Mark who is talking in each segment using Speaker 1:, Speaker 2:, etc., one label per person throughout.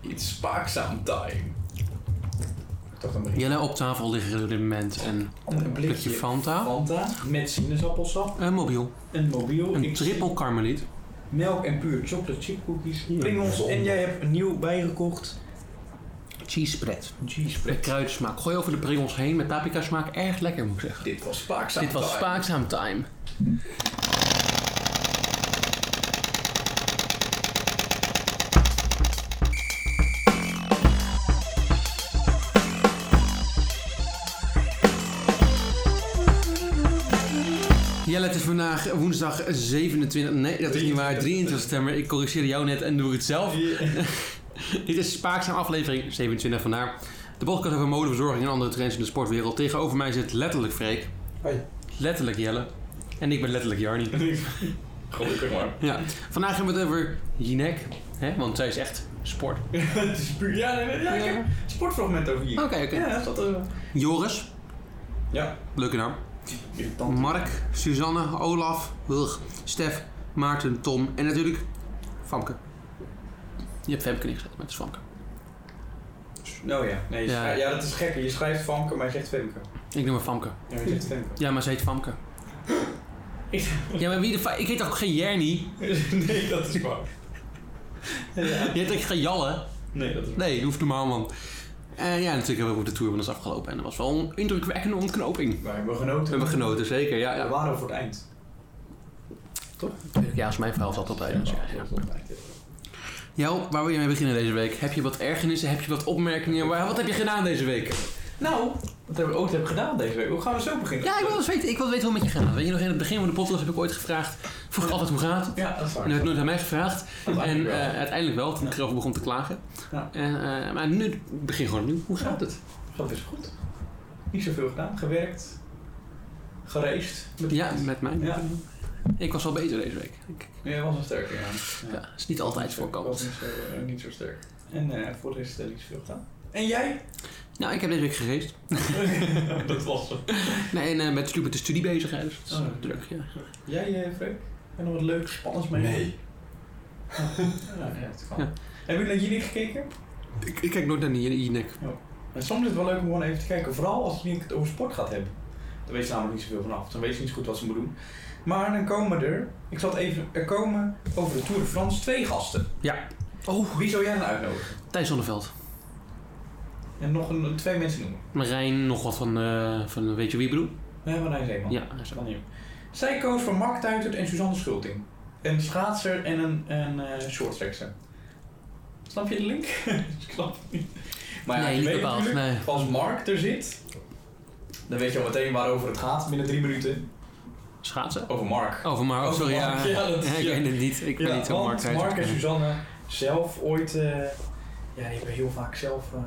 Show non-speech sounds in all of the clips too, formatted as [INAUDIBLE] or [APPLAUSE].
Speaker 1: It's spaakzaam time.
Speaker 2: Toch een brief.
Speaker 3: Jelle, op tafel liggen op dit moment een
Speaker 2: Een
Speaker 3: blikje
Speaker 2: blikje
Speaker 3: Fanta,
Speaker 2: Fanta met sinaasappelsap,
Speaker 3: een mobiel,
Speaker 2: een mobiel,
Speaker 3: een
Speaker 2: ik-
Speaker 3: triple karmeliet.
Speaker 2: melk en puur chocolate chip cookies,
Speaker 3: Ja.
Speaker 2: Pringles en jij hebt een nieuw bijgekocht.
Speaker 3: Cheese spread.
Speaker 2: Cheese
Speaker 3: Met
Speaker 2: spread.
Speaker 3: kruidensmaak. Gooi over de pringels heen met paprika smaak. Erg lekker moet ik zeggen.
Speaker 1: Dit was spaakzaam
Speaker 3: Dit was
Speaker 1: time.
Speaker 3: spaakzaam time. Jelle, het is vandaag woensdag 27... Nee, dat is niet waar. 23 september. Ik corrigeerde jou net en doe het zelf. Dit is Spaakzaam aflevering 27 vandaar. De podcast over mode, verzorging en andere trends in de sportwereld. Tegenover mij zit letterlijk Freek.
Speaker 2: Hoi.
Speaker 3: Letterlijk Jelle. En ik ben letterlijk Jarni.
Speaker 1: [LAUGHS] Gelukkig maar.
Speaker 3: Ja. Vandaag hebben we het over Jinek. Hè? Want zij is echt sport. Oké,
Speaker 2: [LAUGHS] Het is puur. Ja, nee, nee, ja, ik heb
Speaker 3: Ja.
Speaker 2: een sportfragment over hier.
Speaker 3: oké.
Speaker 2: Ja, dat eh
Speaker 3: Joris.
Speaker 2: Ja.
Speaker 3: Leuke naam.
Speaker 2: irritant.
Speaker 3: Mark, Suzanne, Olaf, Hulg, Stef, Maarten, Tom en natuurlijk Famke. Je hebt Femke neergezet, maar het is Famke.
Speaker 2: Nou ja, nee, je
Speaker 3: Ja.
Speaker 2: schrij- ja, dat is gek. Je schrijft Vanker, maar je zegt Femke.
Speaker 3: Ik noem haar Famke.
Speaker 2: Ja, je zegt Femke. [LAUGHS]
Speaker 3: Ja, maar ze heet Famke. Ja, maar wie de fa- Ik heet ook geen Jerni.
Speaker 2: nee, dat is waar.
Speaker 3: Je heet ook geen Jalle.
Speaker 2: Nee, dat is waar.
Speaker 3: Nee, dat hoeft normaal, man. En ja, natuurlijk hebben we ook de tour van ons afgelopen. En dat was wel een indrukwekkende
Speaker 2: Maar
Speaker 3: ontknoping.
Speaker 2: we hebben
Speaker 3: We
Speaker 2: genoten.
Speaker 3: hebben genoten, zeker. Ja,
Speaker 2: We
Speaker 3: ja.
Speaker 2: waren voor het eind.
Speaker 3: ja als mijn verhaal zat dat bij. Dus ja, ja. Jou, waar wil je mee beginnen deze week? Heb je wat ergernissen? Heb je wat opmerkingen? Waar- Wat heb je gedaan deze week?
Speaker 2: Nou, wat hebben we ooit hebben gedaan deze week? Hoe gaan we zo beginnen?
Speaker 3: Ja, ik wil eens weten, ik wil weten hoe het met je gaat. Weet je nog, in het begin van de podcast heb ik ooit gevraagd... Vroeg ik altijd hoe gaat het?
Speaker 2: Ja, dat is
Speaker 3: En
Speaker 2: waar.
Speaker 3: dat werd nooit aan mij gevraagd. En
Speaker 2: Uiteindelijk wel.
Speaker 3: eh, uiteindelijk wel, toen ik erover begon te klagen.
Speaker 2: Oh, Ja.
Speaker 3: En, eh, maar nu, ik begin gewoon nu. Hoe gaat het?
Speaker 2: Dat is goed. Niet zoveel gedaan. Gewerkt. Gereisd. Met-
Speaker 3: Ja, met mij.
Speaker 2: Ja.
Speaker 3: Ik was wel beter deze week. Ik,
Speaker 2: Nee, dat was een sterke, ja.
Speaker 3: ja, het is niet altijd voorkomend.
Speaker 2: Was niet zo, eh, niet zo sterk. En eh, voor de rest eh, niet zoveel gedaan. En
Speaker 3: [LAUGHS]
Speaker 2: jij?
Speaker 3: Nou, ik heb deze week
Speaker 2: [LAUGHS]
Speaker 3: gereisd.
Speaker 2: dat was zo.
Speaker 3: Nee, en eh, met Sloep met de studie bezig, hè, dus het is
Speaker 2: Oh.
Speaker 3: druk, ja.
Speaker 2: Jij, eh Freek? Heb je nog wat leuks, spannends mee?
Speaker 1: Nee.
Speaker 2: [LAUGHS] Ja, ja, het kan.
Speaker 3: Ja.
Speaker 2: Hebben jullie naar jullie gekeken?
Speaker 3: Ik, ik kijk nooit naar die Jinek.
Speaker 2: En soms is het wel leuk om gewoon even te kijken. Vooral als je het over sport gaat hebben. Dan weet je namelijk niet zoveel vanaf. Dan weet je niet zo goed wat ze moet doen. Maar dan komen er... Ik zat even... Er komen over de Tour de France twee gasten.
Speaker 3: Ja. Oh,
Speaker 2: Wie zou jij dan uitnodigen?
Speaker 3: Thijs Zonneveld.
Speaker 2: En nog een, twee mensen noemen.
Speaker 3: Marijn, nog wat van, eh, van weet je wie ik bedoel?
Speaker 2: Nee, maar hij is Zeeman.
Speaker 3: Ja, hij is
Speaker 2: Dat
Speaker 3: er.
Speaker 2: kan niet. Zij koos voor Mark Tuitert en Suzanne Schulting. Een schaatser en een, een eh, shorttrackster. Snap je de link? [LAUGHS] Ik snap het niet. Maar ja,
Speaker 3: nee,
Speaker 2: je
Speaker 3: niet
Speaker 2: weet
Speaker 3: bepaald,
Speaker 2: natuurlijk,
Speaker 3: nee.
Speaker 2: als Mark er zit, dan weet je al meteen waarover het gaat binnen drie minuten.
Speaker 3: Schaatsen?
Speaker 2: Over Mark.
Speaker 3: Over Mark,
Speaker 2: Over
Speaker 3: sorry,
Speaker 2: Mark,
Speaker 3: ja.
Speaker 2: ja, dat is-
Speaker 3: ik
Speaker 2: ja.
Speaker 3: weet het niet, ik ben
Speaker 2: Ja,
Speaker 3: niet zo
Speaker 2: want
Speaker 3: Mark.
Speaker 2: Mark en Suzanne zelf ooit... eh, ja, die hebben heel vaak zelf... eh,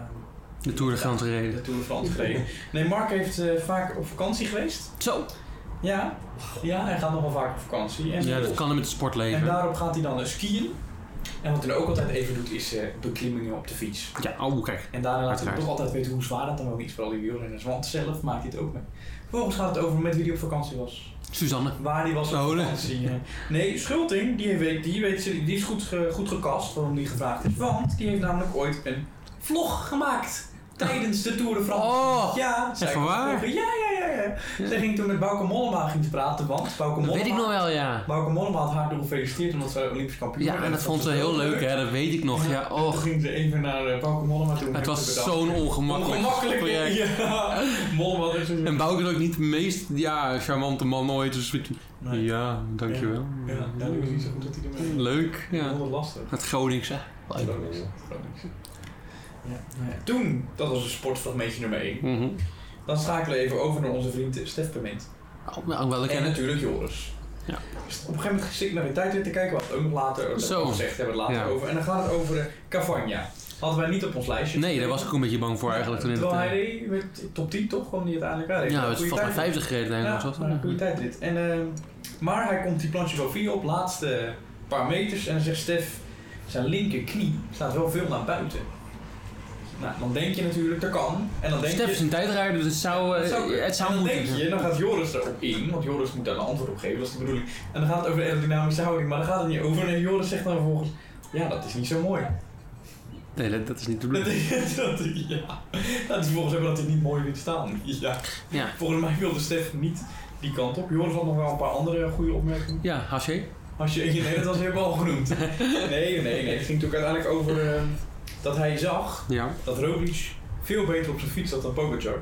Speaker 3: De Tour de France
Speaker 2: de
Speaker 3: gereden.
Speaker 2: Tour de France gereden. [LAUGHS] Nee, Mark heeft eh, vaak op vakantie geweest.
Speaker 3: Zo!
Speaker 2: Ja, ja, hij gaat nogal vaak op vakantie. En
Speaker 3: Ja, dat kan hem met het
Speaker 2: dus- En
Speaker 3: sportleven.
Speaker 2: daarop gaat hij dan eh, skiën. En wat hij dan ook altijd even doet, is eh, beklimmingen op de fiets.
Speaker 3: Ja, oh, kijk.
Speaker 2: En daarna laat hij
Speaker 3: Uiteraard.
Speaker 2: toch altijd weten hoe zwaar dat dan ook is. Vooral die wielrenners, want zelf maakt hij het ook mee. Vervolgens gaat het over met wie hij op vakantie was.
Speaker 3: Suzanne.
Speaker 2: Waar hij was op
Speaker 3: Oh, nee.
Speaker 2: vakantie. eh. Nee, Schulting, die, weet, die, weet, die is goed, ge- goed gekast waarom die gevraagd is. Want die heeft namelijk ooit een vlog gemaakt tijdens de Tour de France.
Speaker 3: Oh!
Speaker 2: Ja, zij
Speaker 3: echt
Speaker 2: was
Speaker 3: waar?
Speaker 2: vroeger- Ja, ja, ja. ja. Zij ging toen met Bauke Mollema ging ze praten, want Bauke
Speaker 3: Dat
Speaker 2: Mollema...
Speaker 3: weet ik nog wel, ja.
Speaker 2: Bauke Mollema had haar toen gefeliciteerd omdat ze Olympisch kampioen
Speaker 3: Ja,
Speaker 2: werd.
Speaker 3: en dat vond ze heel leuk, hè, dat weet ik nog. Ja,
Speaker 2: Toen
Speaker 3: och.
Speaker 2: ging ze even naar eh, Bauke Mollema toe.
Speaker 3: Het
Speaker 2: Toen
Speaker 3: was
Speaker 2: dacht
Speaker 3: zo'n
Speaker 2: ik,
Speaker 3: ongemakkelijk,
Speaker 2: ongemakkelijk
Speaker 3: project.
Speaker 2: Ja, Mollema is een...
Speaker 3: En Bouke is ook niet de meest ja, charmante man ooit. Dus ik-
Speaker 2: Nee.
Speaker 3: Ja, dankjewel.
Speaker 2: Ja, dat is niet zo goed dat hij ermee...
Speaker 3: Leuk, ja.
Speaker 2: Heel lastig.
Speaker 3: Het Groningse.
Speaker 2: Groningen. Groningen. Ja, nou ja. Toen, dat was een sportfragmentje nummer 1.
Speaker 3: Mhm.
Speaker 2: Dan schakelen we even over naar onze vriend Stef Permint.
Speaker 3: Oh, nou, wel, ik
Speaker 2: En
Speaker 3: ken het.
Speaker 2: natuurlijk Joris.
Speaker 3: Ja.
Speaker 2: Dus op een gegeven moment zit ik naar de tijd weer te kijken, wat ook nog later dat
Speaker 3: Zo.
Speaker 2: hebben we gezegd hebben, we het later
Speaker 3: Ja.
Speaker 2: over. En dan gaat het over eh, Cavagna. Hadden wij niet op ons lijstje.
Speaker 3: Nee, daar was ik ook een beetje bang voor eigenlijk. Toen in het,
Speaker 2: Terwijl
Speaker 3: eh,
Speaker 2: hij reed met top 10 toch, kwam hij uiteindelijk uit.
Speaker 3: ja, het is vast maar 50 gereden.
Speaker 2: Ja,
Speaker 3: eigenlijk, was
Speaker 2: maar een goede
Speaker 3: dat?
Speaker 2: tijd dit. En, ehm, maar hij komt die planche Sofie op, laatste paar meters. En dan zegt Stef, zijn linker knie staat wel veel naar buiten. Nou, dan denk je natuurlijk, dat kan. En dan denk
Speaker 3: Stef is
Speaker 2: je...
Speaker 3: een tijdrijder, dus het zou, eh,
Speaker 2: dat kunnen.
Speaker 3: het zou
Speaker 2: en dan
Speaker 3: moeten.
Speaker 2: denk je, dan gaat Joris erop in, want Joris moet daar een antwoord op geven, dat is de bedoeling. En dan gaat het over
Speaker 3: [LAUGHS]
Speaker 2: de aerodynamische houding, maar daar gaat het niet over. En Joris zegt dan vervolgens, ja, dat is niet zo mooi.
Speaker 3: Nee, dat- dat is niet de
Speaker 2: Dat,
Speaker 3: bedoeling.
Speaker 2: dat, ja. dat is volgens mij dat hij niet mooi liet staan. Ja.
Speaker 3: Ja.
Speaker 2: Volgens mij wilde Stef niet die kant op. Joris had nog wel een paar andere goede opmerkingen.
Speaker 3: Ja, Haché.
Speaker 2: Als je, nee, dat was helemaal al genoemd. Nee, nee, nee. Het ging natuurlijk uiteindelijk over eh, dat hij zag
Speaker 3: Ja.
Speaker 2: dat Roglic veel beter op zijn fiets zat dan Pogacar.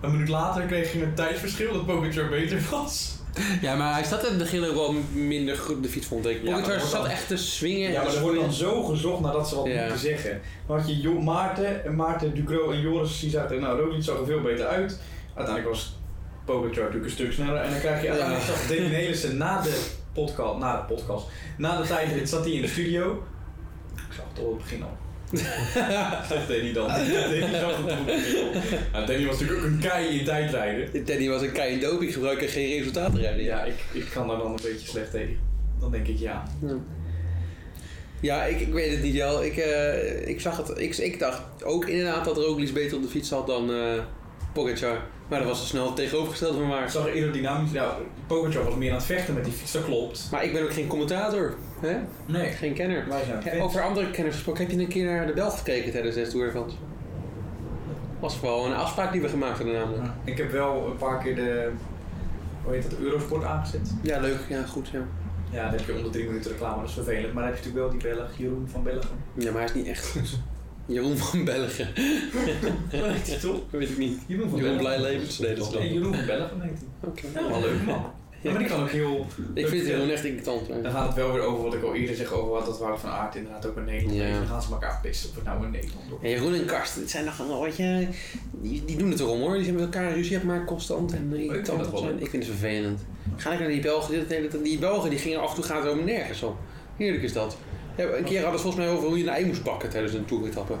Speaker 2: Een minuut later kreeg je een tijdsverschil dat Pogacar beter was.
Speaker 3: ja, maar hij zat in het begin ook wel minder goed op de fiets, vond ik.
Speaker 2: Ja, maar
Speaker 3: Pogacar
Speaker 2: dat wordt
Speaker 3: zat
Speaker 2: dan-
Speaker 3: echt te swingen.
Speaker 2: Ja, maar er wordt dan zo gezocht nadat ze wat
Speaker 3: dus Ja.
Speaker 2: moeten zeggen. Maar had je Jo- Maarten, en Maarten Ducro en Joris, die zaten, nou Roglic zag er veel beter uit. Uiteindelijk was Pogacar natuurlijk een stuk sneller. En dan krijg je
Speaker 3: Ja.
Speaker 2: uiteindelijk zat Danny Nelissen na de podcast, na de podcast, na de tijdrit zat hij in de studio. Ik zag het al op het begin al. Zegt Danny dan. Danny zag het op het begin al. Nou, Danny was natuurlijk ook een kei in tijdrijden.
Speaker 3: Danny was een kei in doping gebruiken en geen resultaten rijden.
Speaker 2: Ja, ik, ik kan daar dan een beetje slecht tegen. Dan denk ik ja.
Speaker 3: Ja, ik, ik weet het niet, Jel. Ik, eh, ik zag het. Ik, ik dacht ook inderdaad dat Roglic beter op de fiets zat dan eh Pogacar. Maar dat was er snel tegenovergesteld van
Speaker 2: Ik
Speaker 3: maar.
Speaker 2: zag er aerodynamisch. Nou, Pogacar was meer aan het vechten met die fiets, dat klopt.
Speaker 3: Maar ik ben ook geen commentator, hè?
Speaker 2: Nee.
Speaker 3: geen kenner.
Speaker 2: Wij zijn
Speaker 3: Hè,
Speaker 2: fans.
Speaker 3: over andere kenners gesproken, heb je een keer naar de Belg gekeken tijdens de Tour van? Was wel een afspraak die we gemaakt hadden namelijk.
Speaker 2: Ik heb wel een paar keer de. Hoe heet dat? Eurosport aangezet.
Speaker 3: Ja, leuk. Ja, goed. Ja,
Speaker 2: Ja, dan heb je onder drie minuten reclame, dat is vervelend. Maar dan heb je natuurlijk wel die Belg, Jeroen van Belgen.
Speaker 3: ja maar hij is niet echt goed. Jeroen van Belgen.
Speaker 2: heet hij toch?
Speaker 3: Weet ik niet.
Speaker 2: Jeroen
Speaker 3: Jeroen
Speaker 2: Belgen.
Speaker 3: Blijlevens? Nee, dat is
Speaker 2: Nee,
Speaker 3: dan.
Speaker 2: Jeroen van Belgen heet hij.
Speaker 3: Oké.
Speaker 2: Ja, wel leuk man. Ja, maar die kan ook heel.
Speaker 3: Ik vind Jeroen echt irritant.
Speaker 2: Dan gaat het wel weer over wat ik al eerder zeg over wat dat waren van aard inderdaad ook in Nederland.
Speaker 3: Ja.
Speaker 2: is. Dan gaan ze elkaar pissen of het nou in Nederland of.
Speaker 3: Ja, Jeroen en Karsten, het zijn nog wel wat je. Die, die doen het erom hoor. Die zijn met elkaar ruzie aan het maken constant en eh,
Speaker 2: vind
Speaker 3: irritant
Speaker 2: dat wel
Speaker 3: zijn.
Speaker 2: leuk.
Speaker 3: Ik vind het vervelend. Ga ik naar die Belgen, dit, hele tijd- die Belgen die gingen af en toe gaat het over nergens om. Heerlijk is dat. Ja, een keer hadden ze volgens mij over hoe je een ei moest bakken tijdens een toeretappe.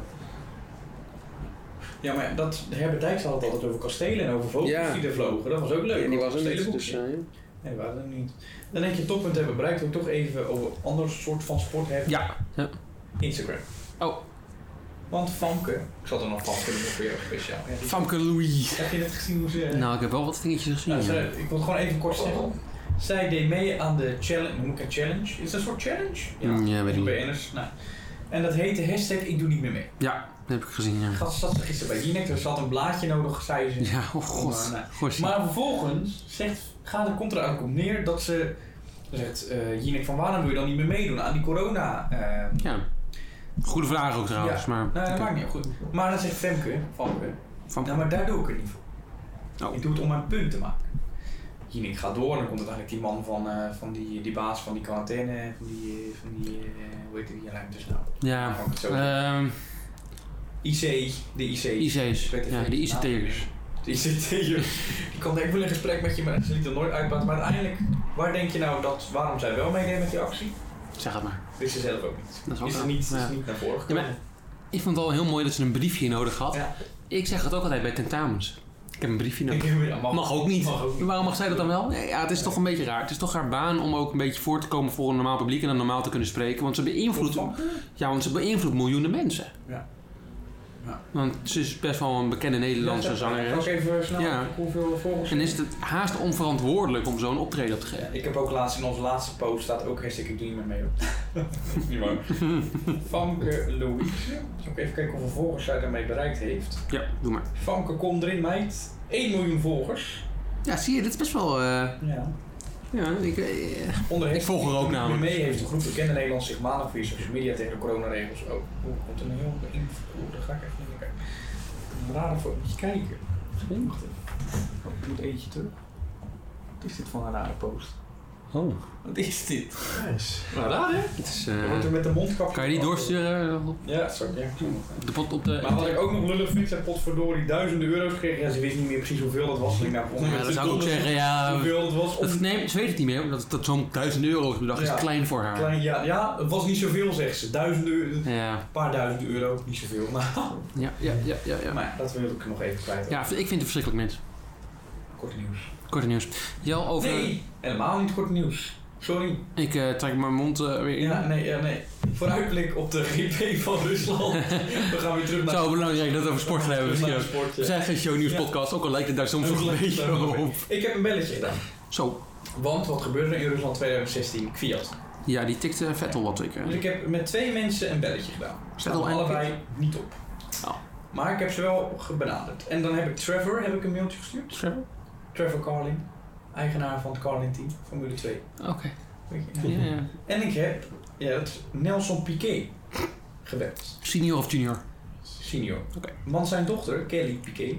Speaker 2: Ja, maar dat, Herbert Dijks had het altijd over kastelen en over vogels
Speaker 3: Ja.
Speaker 2: die er vlogen. Dat was ook leuk.
Speaker 3: En die
Speaker 2: want
Speaker 3: was er niet.
Speaker 2: kastelenboekje.
Speaker 3: Dus, eh,
Speaker 2: Nee, we hadden hem niet. Dan denk je het toppunt hebben bereikt. Wil ik toch even over een ander soort van sport hebben.
Speaker 3: ja. ja.
Speaker 2: Instagram.
Speaker 3: Oh.
Speaker 2: Want Famke... Ik zat er nog Famke doen voor jou speciaal. Ja, die-
Speaker 3: Famke Louis.
Speaker 2: Heb je net gezien hoe ze...
Speaker 3: Nou, ik heb wel wat dingetjes gezien.
Speaker 2: Nou,
Speaker 3: ja.
Speaker 2: ze- ik wil het gewoon even kort zeggen. Zij deed mee aan de challenge... Noem ik het challenge? Is dat een soort challenge?
Speaker 3: Mm, ja, weet ik
Speaker 2: Van
Speaker 3: niet.
Speaker 2: BN'ers. Nou. En dat heette hashtag ik doe niet meer mee.
Speaker 3: Ja, dat heb ik gezien. Ja,
Speaker 2: Gast zat ze gisteren bij Jinek. Er zat een blaadje nodig, zei
Speaker 3: [LAUGHS]
Speaker 2: ze.
Speaker 3: ja oh
Speaker 2: Maar,
Speaker 3: god.
Speaker 2: nou,
Speaker 3: Gosh.
Speaker 2: Maar vervolgens zegt, gaat er komt eruit komt neer dat ze zegt eh Jinek van waarom wil je dan niet meer meedoen aan die corona? eh,
Speaker 3: Ja. Goede vraag ook trouwens, maar.
Speaker 2: nou, dat
Speaker 3: oké.
Speaker 2: maakt niet uit, goed. Maar dan zegt Femke, Famke,
Speaker 3: Famke.
Speaker 2: nou maar daar doe ik het niet voor.
Speaker 3: Oh.
Speaker 2: Ik doe het om mijn punt te maken. Jinek gaat door en dan komt uiteindelijk die man van, eh, van die, die baas van die quarantaine, van die, eh, van die eh, hoe heet die ruimtes nou?
Speaker 3: Ja.
Speaker 2: Kan ik het zo zeggen?
Speaker 3: Ehm
Speaker 2: IC, de IC.
Speaker 3: IC's.
Speaker 2: Ik weet even
Speaker 3: Ja, de
Speaker 2: niet de naam.
Speaker 3: ICT'ers.
Speaker 2: Die zit hier. Ik kan denk ik wel een gesprek met je, maar ze liet het nooit uitpraten. Maar uiteindelijk, waar denk je nou dat, waarom zij wel meedeed met die actie?
Speaker 3: Zeg het maar.
Speaker 2: Wist ze zelf ook niet.
Speaker 3: Dat is ook
Speaker 2: is
Speaker 3: raar.
Speaker 2: het niet,
Speaker 3: Ja.
Speaker 2: is niet naar voren
Speaker 3: Ja,
Speaker 2: gekomen.
Speaker 3: maar ik vond het al heel mooi dat ze een briefje nodig had.
Speaker 2: Ja.
Speaker 3: Ik zeg het ook altijd bij tentamens. Ik heb een briefje nodig.
Speaker 2: Ja,
Speaker 3: Mag ook niet.
Speaker 2: Mag ook niet.
Speaker 3: Waarom mag zij dat dan wel? Nee, Ja, het is toch een beetje raar. Het is toch haar baan om ook een beetje voor te komen voor een normaal publiek en dan normaal te kunnen spreken. Want ze beïnvloedt, ja, want ze beïnvloedt miljoenen mensen.
Speaker 2: Ja. Ja.
Speaker 3: Want ze is best wel een bekende Nederlandse
Speaker 2: Zal ik
Speaker 3: zangeres.
Speaker 2: even snel
Speaker 3: Ja.
Speaker 2: kijken hoeveel volgers
Speaker 3: En is het haast onverantwoordelijk om zo'n optreden op te geven?
Speaker 2: Ik heb ook laatst in onze laatste post staat ook hashtag ik doe niet meer mee op. [LAUGHS]
Speaker 1: Niet
Speaker 3: [LAUGHS]
Speaker 1: waar.
Speaker 2: Famke Louise. Zal ik even kijken hoeveel volgers zij daarmee bereikt heeft.
Speaker 3: Ja, doe maar.
Speaker 2: Famke, kom erin meid. 1 miljoen volgers.
Speaker 3: Ja, zie je, dit is best wel... eh,
Speaker 2: Ja.
Speaker 3: ja, ik, eh,
Speaker 2: Onder
Speaker 3: Ik volg haar ook namelijk.
Speaker 2: Mee heeft de groep bekende Nederlanders zich maandag via social media tegen de coronaregels. Oh, oeh, komt een heel beïnvloed. Oeh, daar ga ik even niet naar kijken. Een rare foto. Moet je kijken. Wacht even. Ik moet eentje terug. Wat is dit voor een rare post?
Speaker 3: oh.
Speaker 2: Wat is dit?
Speaker 1: Nou, daar hè?
Speaker 3: Het is, eh,
Speaker 2: Er wordt er met de mondkapje.
Speaker 3: kan je die doorsturen eh, op
Speaker 2: Ja, sorry. Ja.
Speaker 3: de pot op de...
Speaker 2: Maar wat ik ook nog lullig vind, zijn potverdorie duizenden euro's gekregen. Ja, ze wist niet meer precies hoeveel dat was. Ik nou,
Speaker 3: Ja, dat zou ik ook zeggen, ja.
Speaker 2: Hoeveel dat was.
Speaker 3: Dat, nee, ze weet het niet meer, omdat dat zo'n 1000 euro per dag is
Speaker 2: Ja.
Speaker 3: klein voor haar.
Speaker 2: Klein, ja, ja, het was niet zoveel, zegt ze. Duizenden euro.
Speaker 3: Ja,
Speaker 2: Een paar duizend euro, niet zoveel. Maar
Speaker 3: ja, ja, ja, ja. ja.
Speaker 2: Maar ja, dat wil ik nog even kwijt.
Speaker 3: Ja, ik vind het verschrikkelijk mens.
Speaker 2: Kort nieuws.
Speaker 3: Korte nieuws. Jel, over...
Speaker 2: Nee, helemaal niet kort nieuws. Sorry.
Speaker 3: Ik eh, trek mijn mond eh, weer in.
Speaker 2: Ja, nee, ja, nee. Vooruitblik op de GP van
Speaker 3: [LAUGHS]
Speaker 2: Rusland. We gaan weer terug naar
Speaker 3: Zo belangrijk dat we over sport gaan hebben
Speaker 2: terug
Speaker 3: misschien
Speaker 2: naar
Speaker 3: ook.
Speaker 2: het sport, ja.
Speaker 3: We zijn geen show nieuws podcast, ook al lijkt het daar soms
Speaker 2: Ook
Speaker 3: nog een
Speaker 2: lijkt het
Speaker 3: beetje
Speaker 2: daar nog
Speaker 3: op.
Speaker 2: Ik heb een belletje gedaan.
Speaker 3: Zo,
Speaker 2: Want wat gebeurde er in Rusland 2016? Fiat.
Speaker 3: Ja, die tikte Vettel wat ik. eh,
Speaker 2: Dus ik heb met twee mensen een belletje gedaan.
Speaker 3: Staat
Speaker 2: Staan
Speaker 3: al
Speaker 2: allebei niet op.
Speaker 3: Oh.
Speaker 2: Maar ik heb ze wel ge- benaderd. En dan heb ik Trevor heb ik een mailtje gestuurd. Trevor Carlin, eigenaar van het Carlin Team, Formule 2.
Speaker 3: Oké.
Speaker 2: Weet je,
Speaker 3: Ja, ja.
Speaker 2: En ik heb ja, dat is Nelson Piquet gebeld.
Speaker 3: Senior of junior?
Speaker 2: Senior.
Speaker 3: Oké.
Speaker 2: Want zijn dochter, Kelly Piquet.